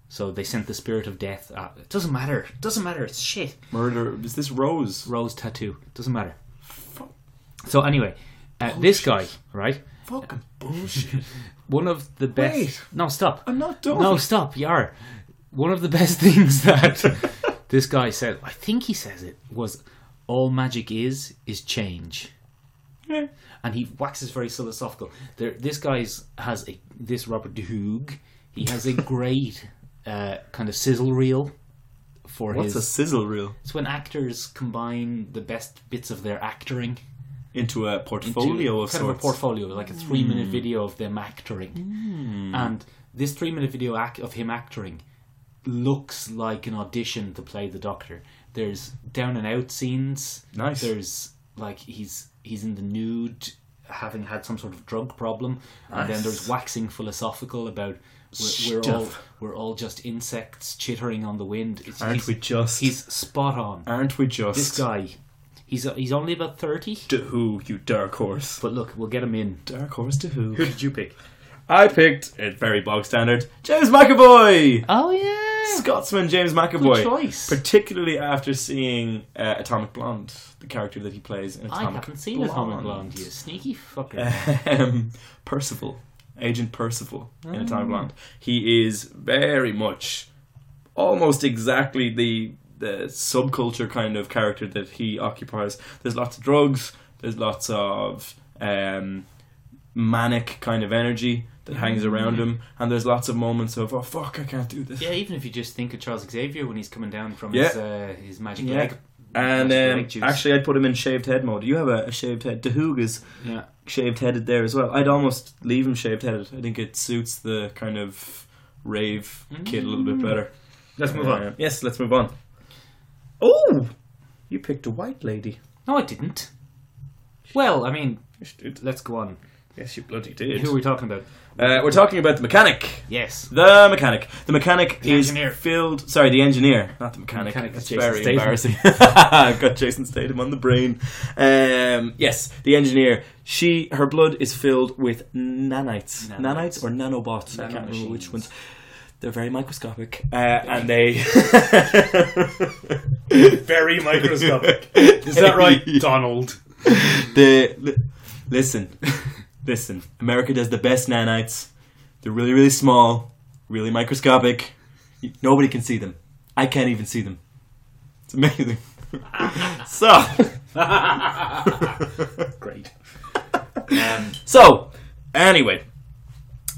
Speaker 2: So they sent the spirit of death. Out. It doesn't matter. It doesn't matter. It's shit.
Speaker 3: Murder. Is this Rose?
Speaker 2: Rose tattoo. Doesn't matter. So anyway, uh, this guy, right?
Speaker 3: Fucking bullshit.
Speaker 2: One of the best.
Speaker 3: Wait.
Speaker 2: No, stop.
Speaker 3: I'm not done. (laughs)
Speaker 2: No, stop. You are. One of the best (laughs) things that this guy said, I think he says it, was all magic is, is change.
Speaker 3: Yeah.
Speaker 2: And he waxes very philosophical. There, this guy's has a this Robert De Hoog. He
Speaker 3: (laughs)
Speaker 2: has a great uh, kind of sizzle reel for
Speaker 3: What's a
Speaker 2: his.
Speaker 3: sizzle reel?
Speaker 2: It's when actors combine the best bits of their acting
Speaker 3: into a
Speaker 2: into
Speaker 3: portfolio of
Speaker 2: kind
Speaker 3: sorts. Hmm.
Speaker 2: of a portfolio, like a three minute video of them acting. And this three minute video act of him acting looks like an audition to play the Doctor. There's down and out scenes.
Speaker 3: Nice.
Speaker 2: There's like he's he's in the nude, having had some sort of drug problem, and then there's
Speaker 3: Nice.
Speaker 2: waxing philosophical about. We're, we're all
Speaker 3: Stuff.
Speaker 2: we're all just insects chittering on the wind. It's,
Speaker 3: Aren't
Speaker 2: he's,
Speaker 3: we just?
Speaker 2: he's spot on.
Speaker 3: aren't we just?
Speaker 2: This guy, He's he's only about thirty.
Speaker 3: To who, you dark horse?
Speaker 2: But look, we'll get him in.
Speaker 3: Dark horse to
Speaker 2: Who did you pick?
Speaker 3: I picked, at very bog standard, James McAvoy!
Speaker 2: Oh yeah,
Speaker 3: Scotsman James McAvoy.
Speaker 2: good choice.
Speaker 3: Particularly after seeing uh, Atomic Blonde, the character that he plays in
Speaker 2: I
Speaker 3: Atomic
Speaker 2: haven't seen
Speaker 3: Blonde.
Speaker 2: Atomic Blonde. You sneaky fucker.
Speaker 3: Um, Percival, Agent Percival in
Speaker 2: Mm.
Speaker 3: Atomic Blonde. He is very much, almost exactly the the subculture kind of character that he occupies. There's lots of drugs. There's lots of um, manic kind of energy that hangs around him, and there's lots of moments of oh fuck, I can't do this.
Speaker 2: Mm. yeah, even if you just think of Charles Xavier when he's coming down from
Speaker 3: Yeah.
Speaker 2: his uh, his magic
Speaker 3: Yeah.
Speaker 2: leg.
Speaker 3: And
Speaker 2: Magic
Speaker 3: um,
Speaker 2: leg juice.
Speaker 3: actually, I'd put him in shaved head mode. You have a, a shaved head. Dahuga's
Speaker 2: yeah.
Speaker 3: shaved headed there as well. I'd almost leave him shaved headed. I think it suits the kind of rave kid a little bit better.
Speaker 2: Let's
Speaker 3: Uh, yes, Mm. let's move on. Oh, you picked a white lady.
Speaker 2: No, I didn't. Well, I mean,
Speaker 3: Yes, you did.
Speaker 2: let's go on.
Speaker 3: Yes, you bloody did.
Speaker 2: Who are we talking about?
Speaker 3: Uh, we're talking about the mechanic.
Speaker 2: Yes.
Speaker 3: The mechanic. The mechanic
Speaker 2: The
Speaker 3: is
Speaker 2: engineer.
Speaker 3: filled. Sorry, the engineer, not the mechanic.
Speaker 2: mechanic
Speaker 3: That's
Speaker 2: is Jason
Speaker 3: very
Speaker 2: Statham.
Speaker 3: embarrassing. I've (laughs) got Jason Statham on the brain. Um, yes, the engineer. She, her blood is filled with nanites,
Speaker 2: Nanites.
Speaker 3: nanites, or nanobots. I can't remember which
Speaker 2: Nanomachines.
Speaker 3: ones. They're very microscopic, uh, and they (laughs) very (laughs)
Speaker 4: microscopic. Is that right, Donald?
Speaker 3: the li- listen, (laughs) listen. America does the best nanites. They're really, really small, really microscopic. You- Nobody can see them. I can't even see them. It's amazing. (laughs) so,
Speaker 2: Great.
Speaker 3: so anyway,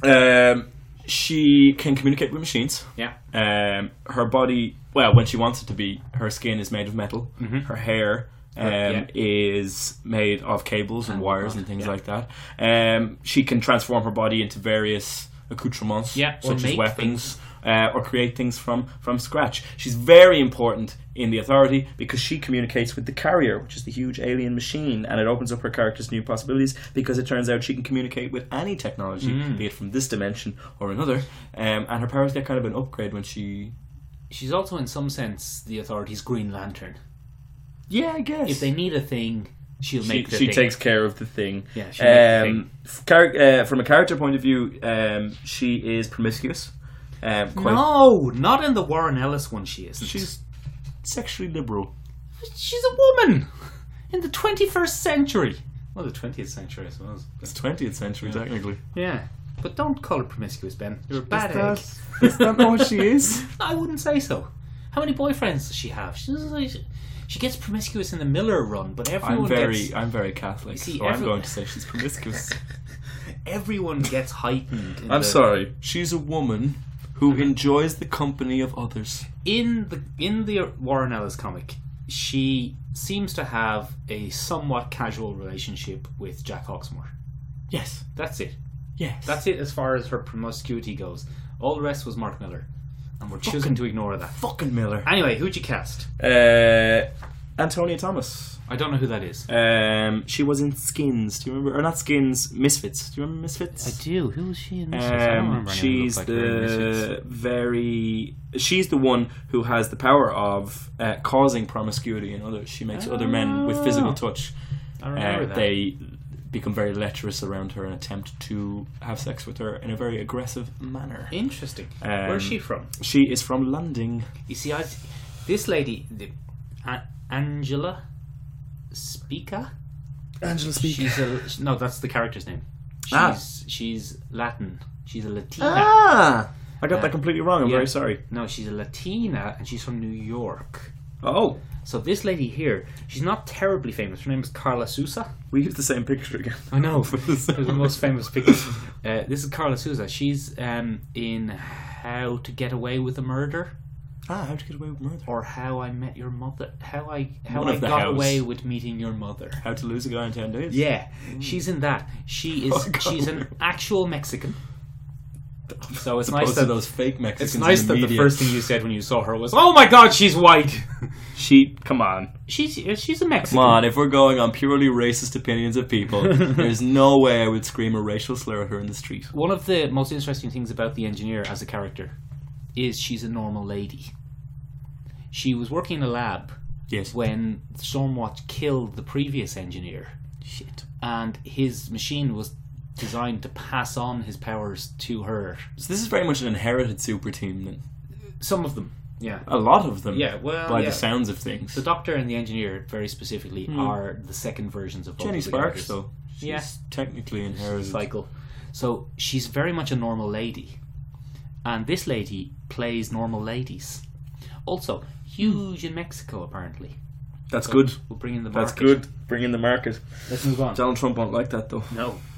Speaker 3: um, she can communicate with machines.
Speaker 2: Yeah.
Speaker 3: Um, her body, well, when she wants it to be, her skin is made of metal. Her hair um,
Speaker 2: Mm-hmm. yeah.
Speaker 3: is made of cables and wires and things
Speaker 2: yeah.
Speaker 3: like that. Um, she can transform her body into various accoutrements,
Speaker 2: Yeah, or
Speaker 3: such as
Speaker 2: make
Speaker 3: weapons. Uh, or create things from from scratch. She's very important in the authority because she communicates with the carrier, which is the huge alien machine, and it opens up her character's new possibilities because it turns out she can communicate with any technology, be it from this dimension or another. Um, and her powers get kind of an upgrade when she
Speaker 2: She's also, in some sense, the authorities' Green Lantern.
Speaker 3: Yeah, I guess.
Speaker 2: If they need a thing, she'll
Speaker 3: she,
Speaker 2: make the
Speaker 3: she
Speaker 2: thing.
Speaker 3: takes care of the thing.
Speaker 2: Yeah, she makes the
Speaker 3: um, f- char- uh, from a character point of view, um, she is promiscuous. Um, quite,
Speaker 2: No, not in the Warren Ellis one. She isn't.
Speaker 3: she's sexually liberal.
Speaker 2: she's a woman in the twenty first century. Well, the twentieth century, I suppose.
Speaker 3: It's twentieth century technically.
Speaker 2: Yeah, but don't call it promiscuous, Ben. You're a bad egg.
Speaker 3: That's that's not what she is.
Speaker 2: I wouldn't say so. How many boyfriends does she have? She doesn't really- she gets promiscuous in the Miller run, but everyone
Speaker 3: (laughs) I'm very
Speaker 2: gets
Speaker 3: I'm very Catholic,
Speaker 2: see,
Speaker 3: so I'm
Speaker 2: every-
Speaker 3: going to say she's promiscuous.
Speaker 2: everyone gets heightened. In (laughs)
Speaker 3: (laughs) I'm
Speaker 2: the-
Speaker 3: sorry. She's a woman who enjoys the company of others.
Speaker 2: In the in the Warren Ellis comic, she seems to have a somewhat casual relationship with Jack Hawksmore.
Speaker 3: Yes.
Speaker 2: That's it.
Speaker 3: Yes.
Speaker 2: That's it as far as her promiscuity goes. All the rest was Mark Miller, and we're choosing to ignore that.
Speaker 3: fucking Miller.
Speaker 2: Anyway, who'd you cast?
Speaker 3: Uh, Antonia Thomas.
Speaker 2: I don't know who that is.
Speaker 3: Um, she was in Skins. Do you remember? Or not Skins? Misfits. Do you remember Misfits?
Speaker 2: do. Who was she in
Speaker 3: Um, she's the very. She's the one who has the power of uh, causing promiscuity in others. She makes other men with physical touch.
Speaker 2: I remember
Speaker 3: Uh,
Speaker 2: that.
Speaker 3: they become very lecherous around her and attempt to have sex with her in a very aggressive manner.
Speaker 2: Interesting.
Speaker 3: Um,
Speaker 2: Where's she from?
Speaker 3: She is from London.
Speaker 2: You see, I this lady, the, A- Angela Spica.
Speaker 3: Angela
Speaker 2: She's a sh- no. That's the character's name. She's
Speaker 3: Ah.
Speaker 2: she's Latin. She's a Latina.
Speaker 3: (laughs) Ah, I got
Speaker 2: Uh,
Speaker 3: that completely wrong. I'm
Speaker 2: yeah.
Speaker 3: very sorry.
Speaker 2: No, she's a Latina, and she's from New York.
Speaker 3: Oh,
Speaker 2: So this lady here, she's not terribly famous. Her name is Carla Sousa.
Speaker 3: we used the same picture again. (laughs)
Speaker 2: I (laughs) know. Those are the most famous pictures. Uh, this is Carla Souza. She's um, in How to Get Away with a Murder
Speaker 3: Ah, how to get away with murder.
Speaker 2: or How I Met Your Mother. How I How
Speaker 3: One
Speaker 2: I
Speaker 3: of the
Speaker 2: Got
Speaker 3: hows.
Speaker 2: Away with Meeting Your Mother.
Speaker 3: How to lose a guy in ten days.
Speaker 2: Yeah, she's in that. She is.
Speaker 3: Mm. (laughs) Oh, God.
Speaker 2: she's an actual Mexican. So
Speaker 3: (laughs)
Speaker 2: it's nice
Speaker 3: Nice
Speaker 2: that
Speaker 3: those fake Mexicans.
Speaker 2: it's nice that the first
Speaker 3: (laughs)
Speaker 2: thing you said when you saw her was, "Oh my God, she's white." (laughs)
Speaker 3: she come on,
Speaker 2: she's uh, she's a Mexican.
Speaker 3: come on. If we're going on purely racist opinions of (laughs) people, there's no way I would scream a racial slur at her in the street.
Speaker 2: One of the most interesting things about the engineer as a character is she's a normal lady. She was working in a lab
Speaker 3: Yes.
Speaker 2: when Stormwatch killed the previous engineer,
Speaker 3: Shit.
Speaker 2: and his machine was designed to pass on his powers to her.
Speaker 3: So this is very much an inherited super team then.
Speaker 2: Some of them, yeah.
Speaker 3: A lot of them.
Speaker 2: Yeah, well,
Speaker 3: by
Speaker 2: Um, yeah. Hmm.
Speaker 3: the sounds of things.
Speaker 2: The Doctor and the Engineer, very specifically, are the second versions of both
Speaker 3: Jenny
Speaker 2: of the
Speaker 3: Sparks
Speaker 2: characters.
Speaker 3: though. She's
Speaker 2: Yeah.
Speaker 3: technically inherited.
Speaker 2: cycle. So she's very much a normal lady. And this lady plays normal ladies. Also, huge in Mexico, apparently.
Speaker 3: That's good.
Speaker 2: We'll bring in the
Speaker 3: That's
Speaker 2: market.
Speaker 3: good. Bring in the market.
Speaker 2: Let's move on.
Speaker 3: Donald Trump won't like that though.
Speaker 2: No.
Speaker 3: (laughs)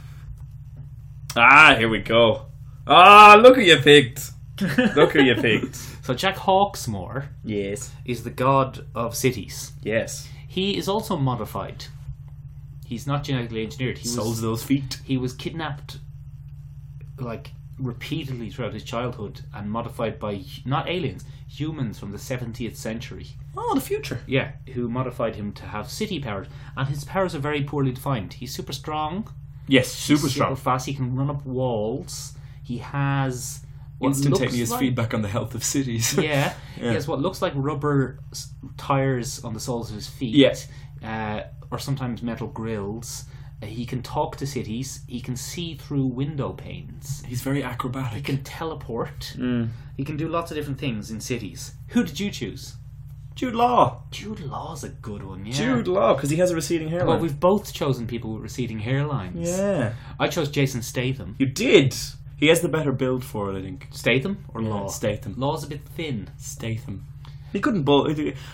Speaker 3: Ah, here we go. Ah, look who you picked. Look who you picked.
Speaker 2: (laughs) So Jack Hawksmore
Speaker 3: yes.
Speaker 2: is the god of cities.
Speaker 3: Yes.
Speaker 2: He is also modified. He's not genetically engineered. He
Speaker 3: Soles
Speaker 2: was
Speaker 3: of those feet.
Speaker 2: he was kidnapped like repeatedly throughout his childhood and modified by not aliens, humans from the 70th century.
Speaker 3: Oh, the future.
Speaker 2: Yeah, who modified him to have city powers, and his powers are very poorly defined. He's super strong,
Speaker 3: Yes, super strong.
Speaker 2: super fast. He can run up walls. He has what
Speaker 3: Instantaneous
Speaker 2: looks like,
Speaker 3: feedback on the health of cities.
Speaker 2: Yeah,
Speaker 3: Yeah.
Speaker 2: he has what looks like rubber s- tires on the soles of his feet.
Speaker 3: Yeah.
Speaker 2: uh, or sometimes metal grills. Uh, he can talk to cities. He can see through window panes.
Speaker 3: (laughs) He's very
Speaker 2: He
Speaker 3: acrobatic.
Speaker 2: can teleport.
Speaker 3: Mm.
Speaker 2: He can do lots of different things in cities. Who did you choose?
Speaker 3: Jude Law.
Speaker 2: Jude Law's a good one. Yeah.
Speaker 3: Jude Law, because he has a receding hairline.
Speaker 2: Well, we've both chosen people with receding hairlines.
Speaker 3: yeah.
Speaker 2: I chose Jason Statham.
Speaker 3: You did. He has the better build for it, I think.
Speaker 2: Statham or Law?
Speaker 3: Statham.
Speaker 2: Law's a bit thin.
Speaker 3: Statham. He couldn't bowl.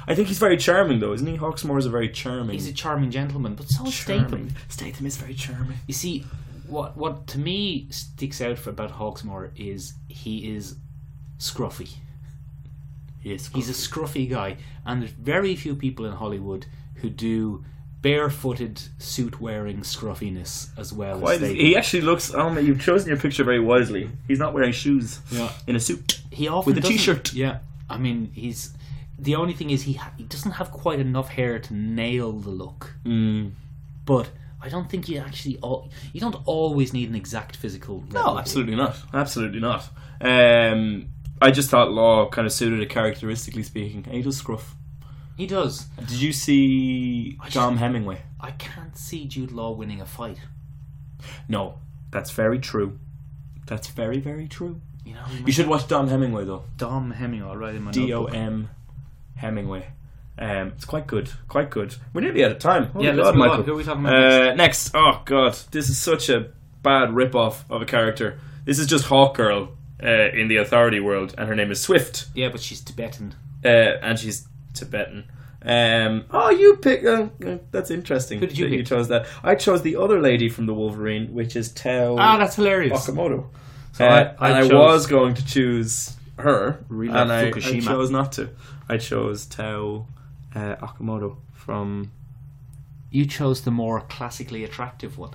Speaker 3: I think he's very charming, though, isn't he? Hawksmore is a very charming.
Speaker 2: He's a charming gentleman, but so is
Speaker 3: Mm. charming.
Speaker 2: Statham.
Speaker 3: Statham is very charming.
Speaker 2: You see, what what to me sticks out for about Hawksmoor is he is scruffy.
Speaker 3: Yes,
Speaker 2: He's a scruffy guy, and there's very few people in Hollywood who do barefooted suit wearing scruffiness as well
Speaker 3: Why
Speaker 2: as
Speaker 3: does,
Speaker 2: they
Speaker 3: he actually looks. Oh man, you've chosen your picture very wisely. He's not wearing shoes.
Speaker 2: Yeah.
Speaker 3: In a suit.
Speaker 2: he often
Speaker 3: With a
Speaker 2: doesn't-
Speaker 3: t-shirt.
Speaker 2: Yeah, I mean he's the only thing is he ha- he doesn't have quite enough hair to nail the look.
Speaker 3: Mm.
Speaker 2: But I don't think you actually all you don't always need an exact physical.
Speaker 3: No,
Speaker 2: replica.
Speaker 3: absolutely not. Absolutely not. Um, I just thought Law kind of suited it characteristically speaking. And he does scruff.
Speaker 2: He does.
Speaker 3: Did you see
Speaker 2: just-
Speaker 3: Tom Hemingway?
Speaker 2: I can't see Jude Law winning a fight.
Speaker 3: No, that's very true. That's very very true.
Speaker 2: You know,
Speaker 3: You should watch Dom Hemingway though.
Speaker 2: Dom Hemingway. I'll write in my
Speaker 3: D O
Speaker 2: notebook.
Speaker 3: M Hemingway. Um, it's quite good, quite good. We're nearly out of time. Holy
Speaker 2: Yeah, let's
Speaker 3: God,
Speaker 2: move on.
Speaker 3: Michael.
Speaker 2: Who are we talking about
Speaker 3: Uh, next, oh god, this is such a bad rip-off of a character. This is just Hawk Girl uh, in the Authority world, and her name is Swift,
Speaker 2: Yeah, but she's Tibetan.
Speaker 3: uh, and she's Tibetan. Um, oh, you pick. Uh, uh, that's interesting.
Speaker 2: Who did you
Speaker 3: that
Speaker 2: pick?
Speaker 3: chose that. I chose the other lady from the Wolverine, which is Tao
Speaker 2: Ah, that's hilarious.
Speaker 3: Okamoto.
Speaker 2: So
Speaker 3: Uh,
Speaker 2: I, I,
Speaker 3: and
Speaker 2: chose,
Speaker 3: I was going to choose her,
Speaker 2: Rina
Speaker 3: and I, I
Speaker 2: Fukushima.
Speaker 3: chose not to. I chose Tao uh, Okamoto from.
Speaker 2: You chose the more classically attractive one.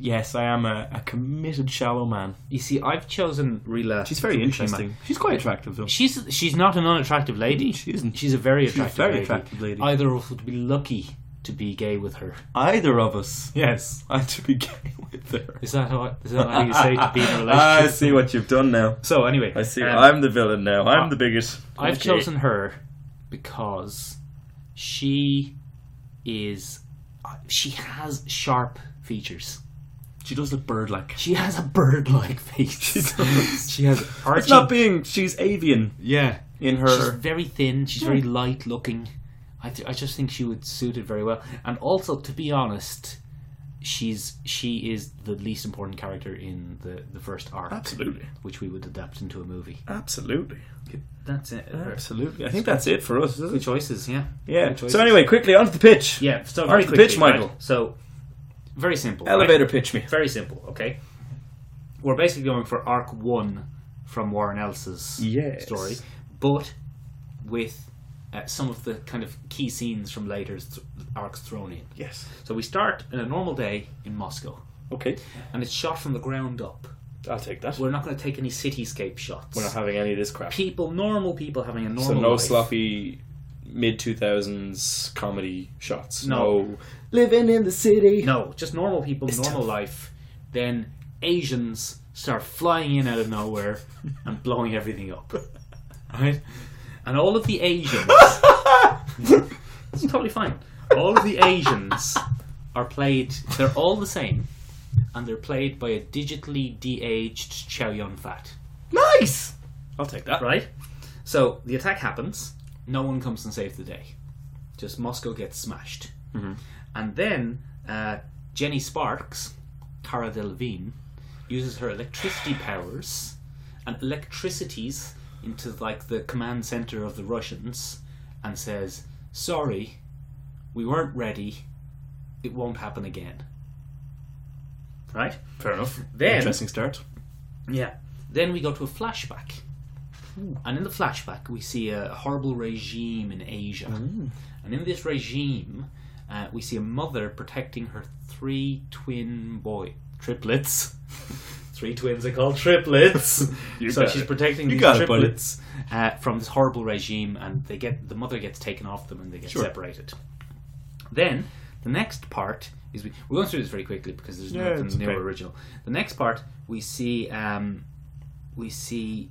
Speaker 3: Yes, I am a, a committed shallow man.
Speaker 2: You see, I've chosen Rila.
Speaker 3: She's very
Speaker 2: Fukushima.
Speaker 3: interesting. She's quite attractive, though.
Speaker 2: She's she's not an unattractive lady.
Speaker 3: She isn't.
Speaker 2: She's a very
Speaker 3: a
Speaker 2: attractive.
Speaker 3: very
Speaker 2: lady.
Speaker 3: attractive lady.
Speaker 2: Either of us would be lucky to be gay with her.
Speaker 3: Either of us. (laughs) Yes, I had to be gay with her.
Speaker 2: Is that how is that how you say to be (laughs) in a relationship?
Speaker 3: (laughs) I see what you've done now.
Speaker 2: So anyway,
Speaker 3: I see.
Speaker 2: um,
Speaker 3: I'm the villain now. I'm the biggest.
Speaker 2: I've
Speaker 3: Okay.
Speaker 2: chosen her because she is uh, she has sharp features.
Speaker 3: She does look bird-like.
Speaker 2: She has a bird-like (laughs) face. She,
Speaker 3: does.
Speaker 2: has
Speaker 3: It's
Speaker 2: arching.
Speaker 3: not being. She's avian
Speaker 2: yeah,
Speaker 3: in
Speaker 2: she's
Speaker 3: her.
Speaker 2: very thin. She's very light-looking. I, th- I just think she would suit it very well. And also, to be honest, she's she is the least important character in the the first arc,
Speaker 3: Absolutely.
Speaker 2: which we would adapt into a movie.
Speaker 3: Absolutely.
Speaker 2: That's it.
Speaker 3: Absolutely. I think that's it for us, isn't it?
Speaker 2: Good choices, yeah.
Speaker 3: Yeah.
Speaker 2: Good choices.
Speaker 3: So anyway, quickly onto the pitch.
Speaker 2: Yeah, so very
Speaker 3: Alright, the
Speaker 2: quickly,
Speaker 3: pitch, Michael.
Speaker 2: right, So, very simple. right?
Speaker 3: Elevator pitch me.
Speaker 2: Very simple, okay? We're basically going for arc one from Warren Ellis's
Speaker 3: Yes.
Speaker 2: story, but with uh, some of the kind of key scenes from later th- arcs thrown in.
Speaker 3: Yes.
Speaker 2: So we start in a normal day in Moscow,
Speaker 3: Okay.
Speaker 2: and it's shot from the ground up.
Speaker 3: I'll take that.
Speaker 2: We're not going to take any cityscape shots.
Speaker 3: We're not having any of this crap.
Speaker 2: people, normal people having a normal
Speaker 3: So no
Speaker 2: life.
Speaker 3: sloppy mid two thousands comedy shots.
Speaker 2: No.
Speaker 3: Living in the city. (laughs)
Speaker 2: No, just normal people, normal life. Then Asians start flying in out of nowhere and blowing everything up. Right? And all of the Asians That's totally fine. All of the Asians are played. They're all the same, and they're played by a digitally de-aged Chow Yun Fat.
Speaker 3: Nice. I'll take that.
Speaker 2: Right. So the attack happens. No one comes and saves the day. Just Moscow gets smashed, and then uh, Jenny Sparks, Cara Delevingne, uses her electricity powers and electricities into like the command center of the Russians, and says, "Sorry, we weren't ready. It won't happen again." Right.
Speaker 3: Fair enough.
Speaker 2: Then-
Speaker 3: Interesting start.
Speaker 2: Yeah. Then we go to a flashback. And in the flashback, we see a horrible regime in Asia. And in this regime, uh, we see a mother protecting her three twin boy triplets. (laughs) three twins are called triplets.
Speaker 3: You
Speaker 2: so
Speaker 3: got
Speaker 2: she's
Speaker 3: it.
Speaker 2: protecting
Speaker 3: You
Speaker 2: these
Speaker 3: got it, buddy.
Speaker 2: triplets uh, from this horrible regime, and they get the mother gets taken off them, and they get
Speaker 3: Sure.
Speaker 2: separated. Then the next part is we, we're going through this very quickly because there's
Speaker 3: Yeah, it's
Speaker 2: nothing new
Speaker 3: okay.
Speaker 2: or original. The next part we see um, we see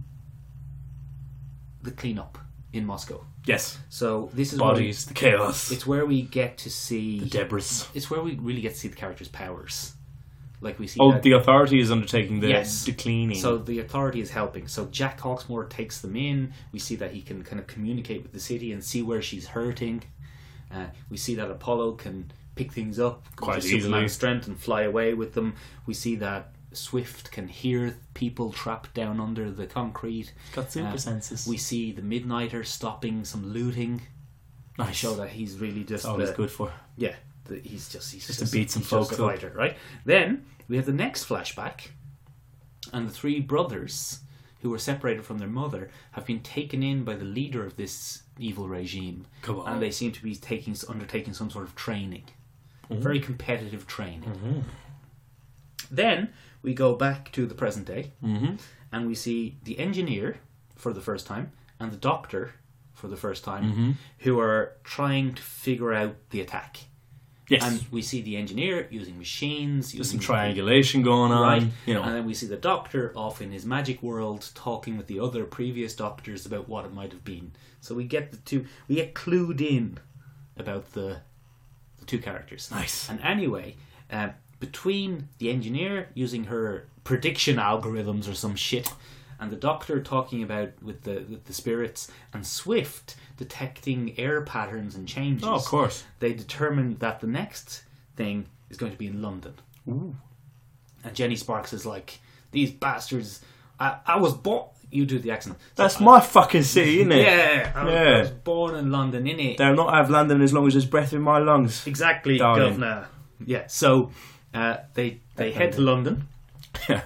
Speaker 2: the cleanup in Moscow.
Speaker 3: Yes.
Speaker 2: So this is where we-
Speaker 3: Bodies, the chaos,
Speaker 2: it's where we get to see
Speaker 3: the debris.
Speaker 2: it's where we really get to see the characters' powers. Like we see
Speaker 3: Oh,
Speaker 2: that-
Speaker 3: the authority is undertaking the,
Speaker 2: Yes.
Speaker 3: the cleaning.
Speaker 2: so the authority is helping. So Jack Hawksmoor takes them in. We see that he can kind of communicate with the city and see where she's hurting. Uh, we see that Apollo can pick things up with
Speaker 3: Quite
Speaker 2: his
Speaker 3: easily.
Speaker 2: Superman's strength and fly away with them. We see that Swift can hear people trapped down under the concrete.
Speaker 3: got
Speaker 2: super
Speaker 3: senses.
Speaker 2: We see the Midnighter stopping some looting. I
Speaker 3: nice. Oh,
Speaker 2: show that he's really just
Speaker 3: That's all he's
Speaker 2: the-
Speaker 3: good for.
Speaker 2: yeah, the, he's just he's just,
Speaker 3: to beat some
Speaker 2: he's just
Speaker 3: folk
Speaker 2: a
Speaker 3: up.
Speaker 2: fighter, right? Then we have the next flashback, and the three brothers who were separated from their mother have been taken in by the leader of this evil regime,
Speaker 3: Come on.
Speaker 2: and they seem to be taking undertaking some sort of training,
Speaker 3: Mm-hmm.
Speaker 2: very competitive training. Then we go back to the present day,
Speaker 3: Mm-hmm.
Speaker 2: and we see the engineer for the first time and the doctor for the first time,
Speaker 3: Mm-hmm.
Speaker 2: who are trying to figure out the attack.
Speaker 3: Yes.
Speaker 2: And we see the engineer using machines,
Speaker 3: There's
Speaker 2: using
Speaker 3: some triangulation going on.
Speaker 2: right?
Speaker 3: You know.
Speaker 2: And then we see the doctor off in his magic world talking with the other previous doctors about what it might have been. So we get the two, we get clued in about the the two characters.
Speaker 3: Nice.
Speaker 2: And anyway, um, between the engineer using her prediction algorithms or some shit, and the doctor talking about with the with the spirits, and Swift detecting air patterns and changes
Speaker 3: Oh, of course.
Speaker 2: they determine that the next thing is going to be in London. And Jenny Sparks is like, these bastards, I, I was born. You do the accent. So
Speaker 3: That's my fucking city, isn't
Speaker 2: I,
Speaker 3: it?
Speaker 2: yeah, I, was- I
Speaker 3: Yeah.
Speaker 2: was born in London, innit?
Speaker 3: They'll not have London as long as there's breath in my lungs.
Speaker 2: exactly,
Speaker 3: Darling.
Speaker 2: Governor. Yeah, so uh, they, they head to London
Speaker 3: Yeah.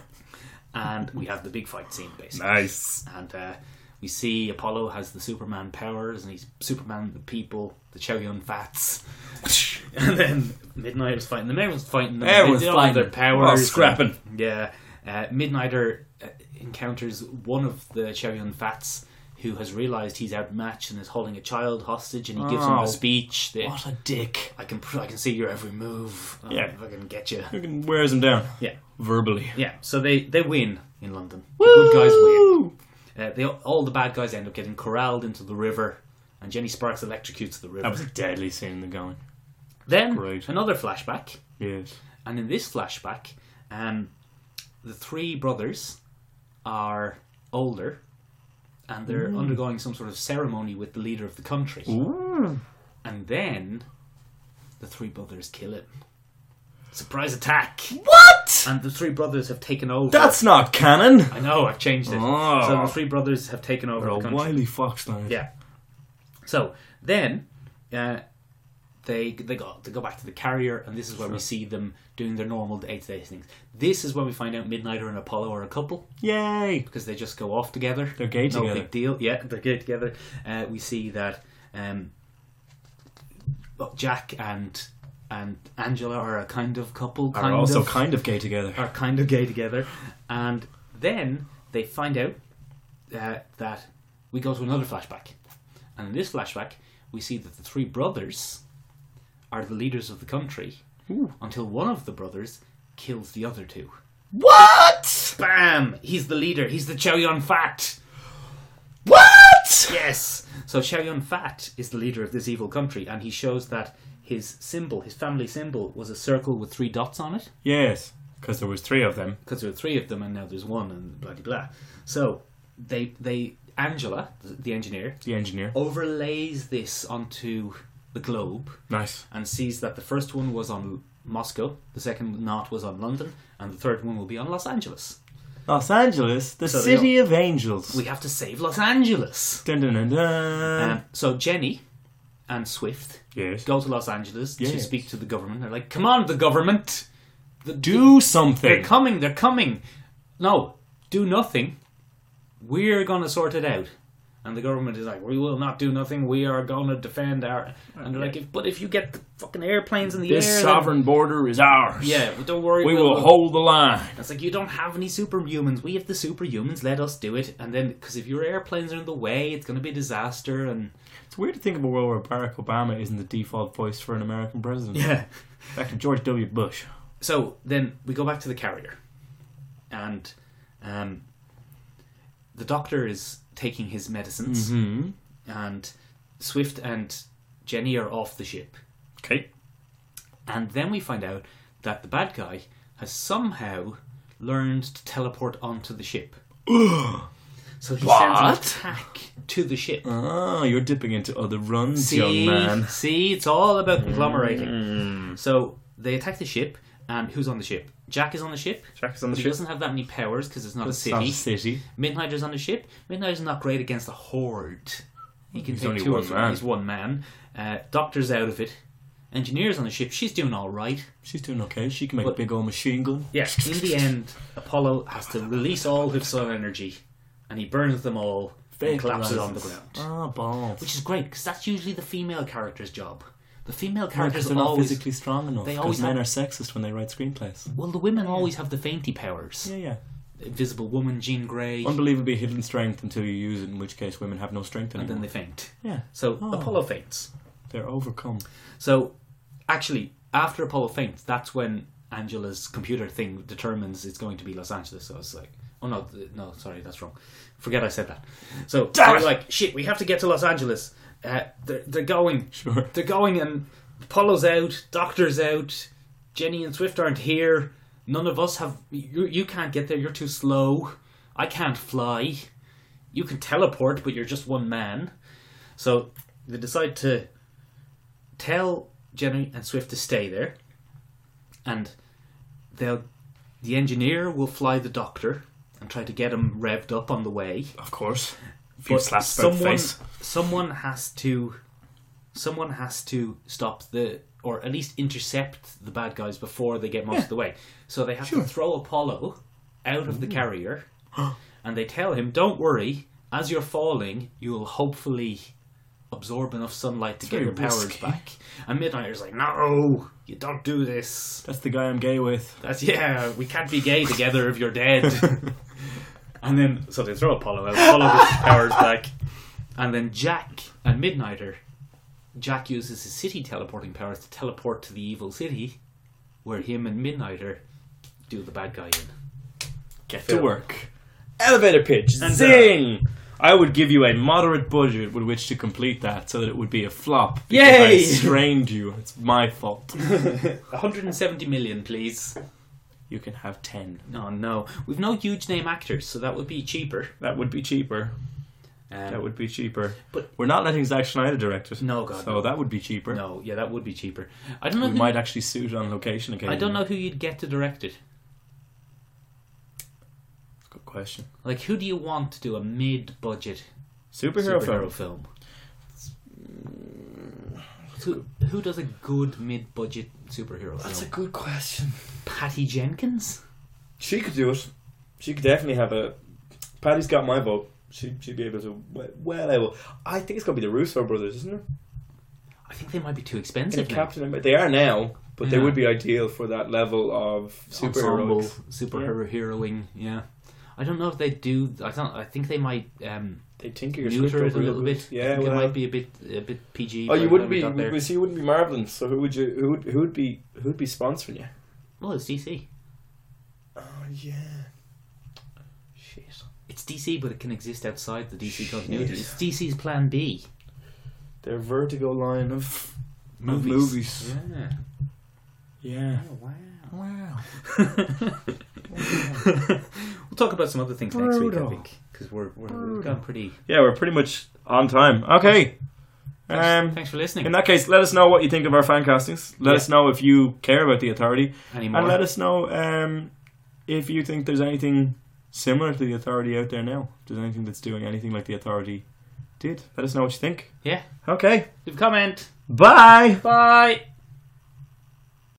Speaker 2: and we have the big fight scene, basically.
Speaker 3: Nice.
Speaker 2: and uh, we see Apollo has the Superman powers, and he's Superman the people, the Chow Yun Fats, (laughs) and then Midnight was fighting them. Everyone's fighting them.
Speaker 3: (laughs) Everyone's
Speaker 2: They all have
Speaker 3: fighting.
Speaker 2: their powers,
Speaker 3: We're all scrapping.
Speaker 2: Yeah, uh, Midnighter uh, encounters one of the Chow Yun Fats. Who has realized he's outmatched and is holding a child hostage, and he gives him
Speaker 3: Oh.
Speaker 2: a speech that
Speaker 3: What a dick.
Speaker 2: I can pr- I can see your every move. I'll
Speaker 3: Yeah.
Speaker 2: fucking get you.
Speaker 3: Fucking wears him down.
Speaker 2: Yeah,
Speaker 3: Verbally.
Speaker 2: yeah. So they they win in London. The good guys win.
Speaker 3: Woo!
Speaker 2: Uh, they, all the bad guys end up getting corralled into the river, and Jenny Sparks electrocutes the river.
Speaker 3: That was a deadly scene in the going.
Speaker 2: then
Speaker 3: great.
Speaker 2: another flashback,
Speaker 3: Yes.
Speaker 2: and in this flashback, um, the three brothers are older, and they're
Speaker 3: Mm.
Speaker 2: undergoing some sort of ceremony with the leader of the country. And then the three brothers kill him. Surprise attack!
Speaker 3: What?
Speaker 2: And the three brothers have taken over.
Speaker 3: That's not canon.
Speaker 2: I know I've changed it.
Speaker 3: Oh.
Speaker 2: So the three brothers have taken over
Speaker 3: Bro,
Speaker 2: the country.
Speaker 3: Wiley Fox line.
Speaker 2: Yeah. So then uh, they they go they go back to the carrier, and this is where we see them doing their normal day to day things. This is when we find out Midnighter and Apollo are a couple
Speaker 3: Yay.
Speaker 2: because they just go off together.
Speaker 3: They're gay
Speaker 2: no
Speaker 3: together.
Speaker 2: big deal. Yeah, they're gay together. Uh, we see that um, well, Jack and and Angela are a kind of couple.
Speaker 3: Are
Speaker 2: kind
Speaker 3: also
Speaker 2: of
Speaker 3: kind of gay together.
Speaker 2: are kind of gay together, and then they find out uh, that we go to another flashback, and in this flashback we see that the three brothers are the leaders of the country until one of the brothers kills the other two.
Speaker 3: What?
Speaker 2: Bam! He's the leader. He's the Chow Yun Fat.
Speaker 3: What? Fat.
Speaker 2: Yes. So Xiaoyun Fat is the leader of this evil country, and he shows that his symbol, his family symbol, was a circle with three dots on it
Speaker 3: Yes, because there was three of them.
Speaker 2: because there were three of them, and now there's one, and blah blah blah. So they they Angela, th- the engineer,
Speaker 3: The engineer.
Speaker 2: overlays this onto the globe
Speaker 3: Nice.
Speaker 2: and sees that the first one was on Moscow, the second knot was on London, and the third one will be on Los Angeles.
Speaker 3: Los Angeles, the
Speaker 2: So they
Speaker 3: city of angels.
Speaker 2: We have to save Los Angeles.
Speaker 3: Dun, dun, dun, dun.
Speaker 2: Um, so Jenny and Swift
Speaker 3: yes.
Speaker 2: go to Los Angeles to
Speaker 3: Yes.
Speaker 2: speak to the government. They're like, "Come on, the government, the,
Speaker 3: Do
Speaker 2: They're
Speaker 3: something.
Speaker 2: coming. They're coming. No, do nothing. We're gonna sort it out." And the government is like, "We will not do nothing. We are gonna defend our." And they're like, "If- "But if you get the fucking airplanes in the
Speaker 3: This
Speaker 2: air, then-
Speaker 3: sovereign border is ours.
Speaker 2: yeah, but don't worry,
Speaker 3: We
Speaker 2: we'll-
Speaker 3: will
Speaker 2: we'll-
Speaker 3: hold the line.
Speaker 2: It's like you don't have any superhumans. We have the superhumans. Let us do it. And then, because if your airplanes are in the way, it's going to be a disaster. And
Speaker 3: It's weird to think of a world where Barack Obama isn't the default voice for an American president.
Speaker 2: yeah.
Speaker 3: Back to George W. Bush.
Speaker 2: So then we go back to the carrier, and um, the doctor is taking his medicines,
Speaker 3: Hmm.
Speaker 2: and Swift and Jenny are off the ship.
Speaker 3: (gasps) Okay.
Speaker 2: And then we find out that the bad guy has somehow learned to teleport onto the ship. So he
Speaker 3: What?
Speaker 2: sends an attack to the ship.
Speaker 3: Oh, you're dipping into other runs,
Speaker 2: See,
Speaker 3: young man. Mm.
Speaker 2: see, it's all about conglomerating. So they attack the ship, and who's on the ship? Jack is on the ship.
Speaker 3: Jack is on the
Speaker 2: but He
Speaker 3: ship.
Speaker 2: doesn't have that many powers because it's not a city.
Speaker 3: Not a city.
Speaker 2: Midnighter's on the ship. Midnighter's not great against a horde. He can
Speaker 3: He's
Speaker 2: take
Speaker 3: only
Speaker 2: two or
Speaker 3: one
Speaker 2: three.
Speaker 3: man.
Speaker 2: He's one man. Uh, Doctor's out of it. Engineer's on the ship. She's doing all right.
Speaker 3: She's doing okay. She can make
Speaker 2: But-
Speaker 3: a big old machine gun.
Speaker 2: Yes. In the end, Apollo has to release all his sun energy, and he burns them all and collapses on the ground.
Speaker 3: Ah, balls.
Speaker 2: Which is great because that's usually the female character's job. The female
Speaker 3: Characters
Speaker 2: characters
Speaker 3: are not
Speaker 2: always
Speaker 3: physically strong enough
Speaker 2: they always
Speaker 3: because men
Speaker 2: have-
Speaker 3: are sexist when they write screenplays.
Speaker 2: well, the women always have the fainty powers.
Speaker 3: Yeah, yeah.
Speaker 2: Invisible Woman, Jean Grey,
Speaker 3: Unbelievably hidden strength until you use it, in which case women have no strength
Speaker 2: and
Speaker 3: anymore.
Speaker 2: then they faint.
Speaker 3: yeah,
Speaker 2: So
Speaker 3: Oh.
Speaker 2: Apollo faints.
Speaker 3: they're overcome.
Speaker 2: So actually, after Apollo faints, that's when Angela's computer thing determines it's going to be Los Angeles. So it's like, oh no, th- no, sorry, that's wrong. Forget I said that. So
Speaker 3: Damn
Speaker 2: they're
Speaker 3: it!
Speaker 2: like, shit, we have to get to Los Angeles. Uh, they're, they're going.
Speaker 3: Sure.
Speaker 2: (laughs) They're going, and Apollo's out, Doctor's out, Jenny and Swift aren't here. None of us have. You, you can't get there, you're too slow. I can't fly. You can teleport, but you're just one man. So they decide to tell Jenny and Swift to stay there, and they'll. The engineer will fly the doctor and try to get him revved up on the way.
Speaker 3: Of course. A
Speaker 2: But someone, someone has to, someone has to stop the, or at least intercept the bad guys before they get most of the way. So they have to throw Apollo out of the
Speaker 3: (gasps)
Speaker 2: carrier, and they tell him, "Don't worry, as you're falling, you will hopefully absorb enough sunlight to get
Speaker 3: very
Speaker 2: your powers
Speaker 3: risky.
Speaker 2: back." And Midnighter's like, "No, you don't do this.
Speaker 3: That's the guy I'm gay with.
Speaker 2: That's yeah, we can't be gay together if you're dead." (laughs) And then so they throw Apollo out. (laughs) Apollo gets his powers back, and then Jack and Midnighter. Jack uses his city teleporting powers to teleport to the evil city, where him and Midnighter do the bad guy in.
Speaker 3: Get
Speaker 2: Phil.
Speaker 3: to work. uh, Elevator pitch. Zing! I would give you a moderate budget with which to complete that so that it would be a flop. because
Speaker 2: Yay!
Speaker 3: I strained you. It's my (laughs) fault.
Speaker 2: 170 million, please.
Speaker 3: You can have 10.
Speaker 2: Oh no, we've no huge name actors, so that would be cheaper.
Speaker 3: That would be cheaper.
Speaker 2: Um,
Speaker 3: That would be cheaper.
Speaker 2: But-
Speaker 3: we're not letting Zack Schneider direct it.
Speaker 2: No, God,
Speaker 3: So
Speaker 2: no.
Speaker 3: that would be cheaper.
Speaker 2: no, yeah, that would be cheaper. I don't know.
Speaker 3: We
Speaker 2: Who,
Speaker 3: might actually suit on location again.
Speaker 2: I don't know who you'd get to direct it.
Speaker 3: Good question.
Speaker 2: Like, who do you want to do a mid-budget
Speaker 3: Superhero, film.
Speaker 2: superhero film? Who, who does a good mid-budget superhero film?
Speaker 3: good question.
Speaker 2: Patty Jenkins?
Speaker 3: She could do it. She could definitely have a. Patty's got my vote. She, she'd be able to. Well, able. I think it's going to be the Russo brothers, isn't it?
Speaker 2: I think they might be too
Speaker 3: In
Speaker 2: expensive. now.
Speaker 3: Captain America. They are now, but they
Speaker 2: Yeah.
Speaker 3: would be ideal for that level of
Speaker 2: Ensemble,
Speaker 3: superheroics.
Speaker 2: superhero heroing. Yeah, I don't know if they do. I don't. I think they might um,
Speaker 3: They tinker your
Speaker 2: neuter it
Speaker 3: script
Speaker 2: a little bit. I
Speaker 3: Yeah,
Speaker 2: think
Speaker 3: well.
Speaker 2: it might be a bit a bit PG.
Speaker 3: Oh,
Speaker 2: by
Speaker 3: you
Speaker 2: the time
Speaker 3: wouldn't
Speaker 2: we
Speaker 3: be.
Speaker 2: got there.
Speaker 3: Well, see, you wouldn't be Marvelin. So who would you? Who would? Who would be? Who would be sponsoring you?
Speaker 2: Well, it's DC.
Speaker 3: Oh yeah. Shit.
Speaker 2: It's DC, but it can exist outside the DC continuity. It's DC's Plan B.
Speaker 3: Their vertigo line of
Speaker 2: Movies.
Speaker 3: movies.
Speaker 2: Yeah.
Speaker 3: Yeah.
Speaker 2: wow.
Speaker 3: (laughs) Wow.
Speaker 2: we'll talk about some other things next week, I
Speaker 3: Brutal.
Speaker 2: think, because we're, we're we've gone pretty.
Speaker 3: Yeah, we're pretty much on time. Okay.
Speaker 2: Thanks,
Speaker 3: Um,
Speaker 2: thanks for listening.
Speaker 3: in that case, let us know what you think of our fan castings. Let
Speaker 2: Yeah.
Speaker 3: us know if you care about the authority,
Speaker 2: Anymore.
Speaker 3: and let us know um, if you think there's anything similar to the authority out there now. If there's anything that's doing anything like the authority did, let us know what you think.
Speaker 2: Yeah.
Speaker 3: Okay.
Speaker 2: Leave a comment.
Speaker 3: Bye.
Speaker 2: Bye.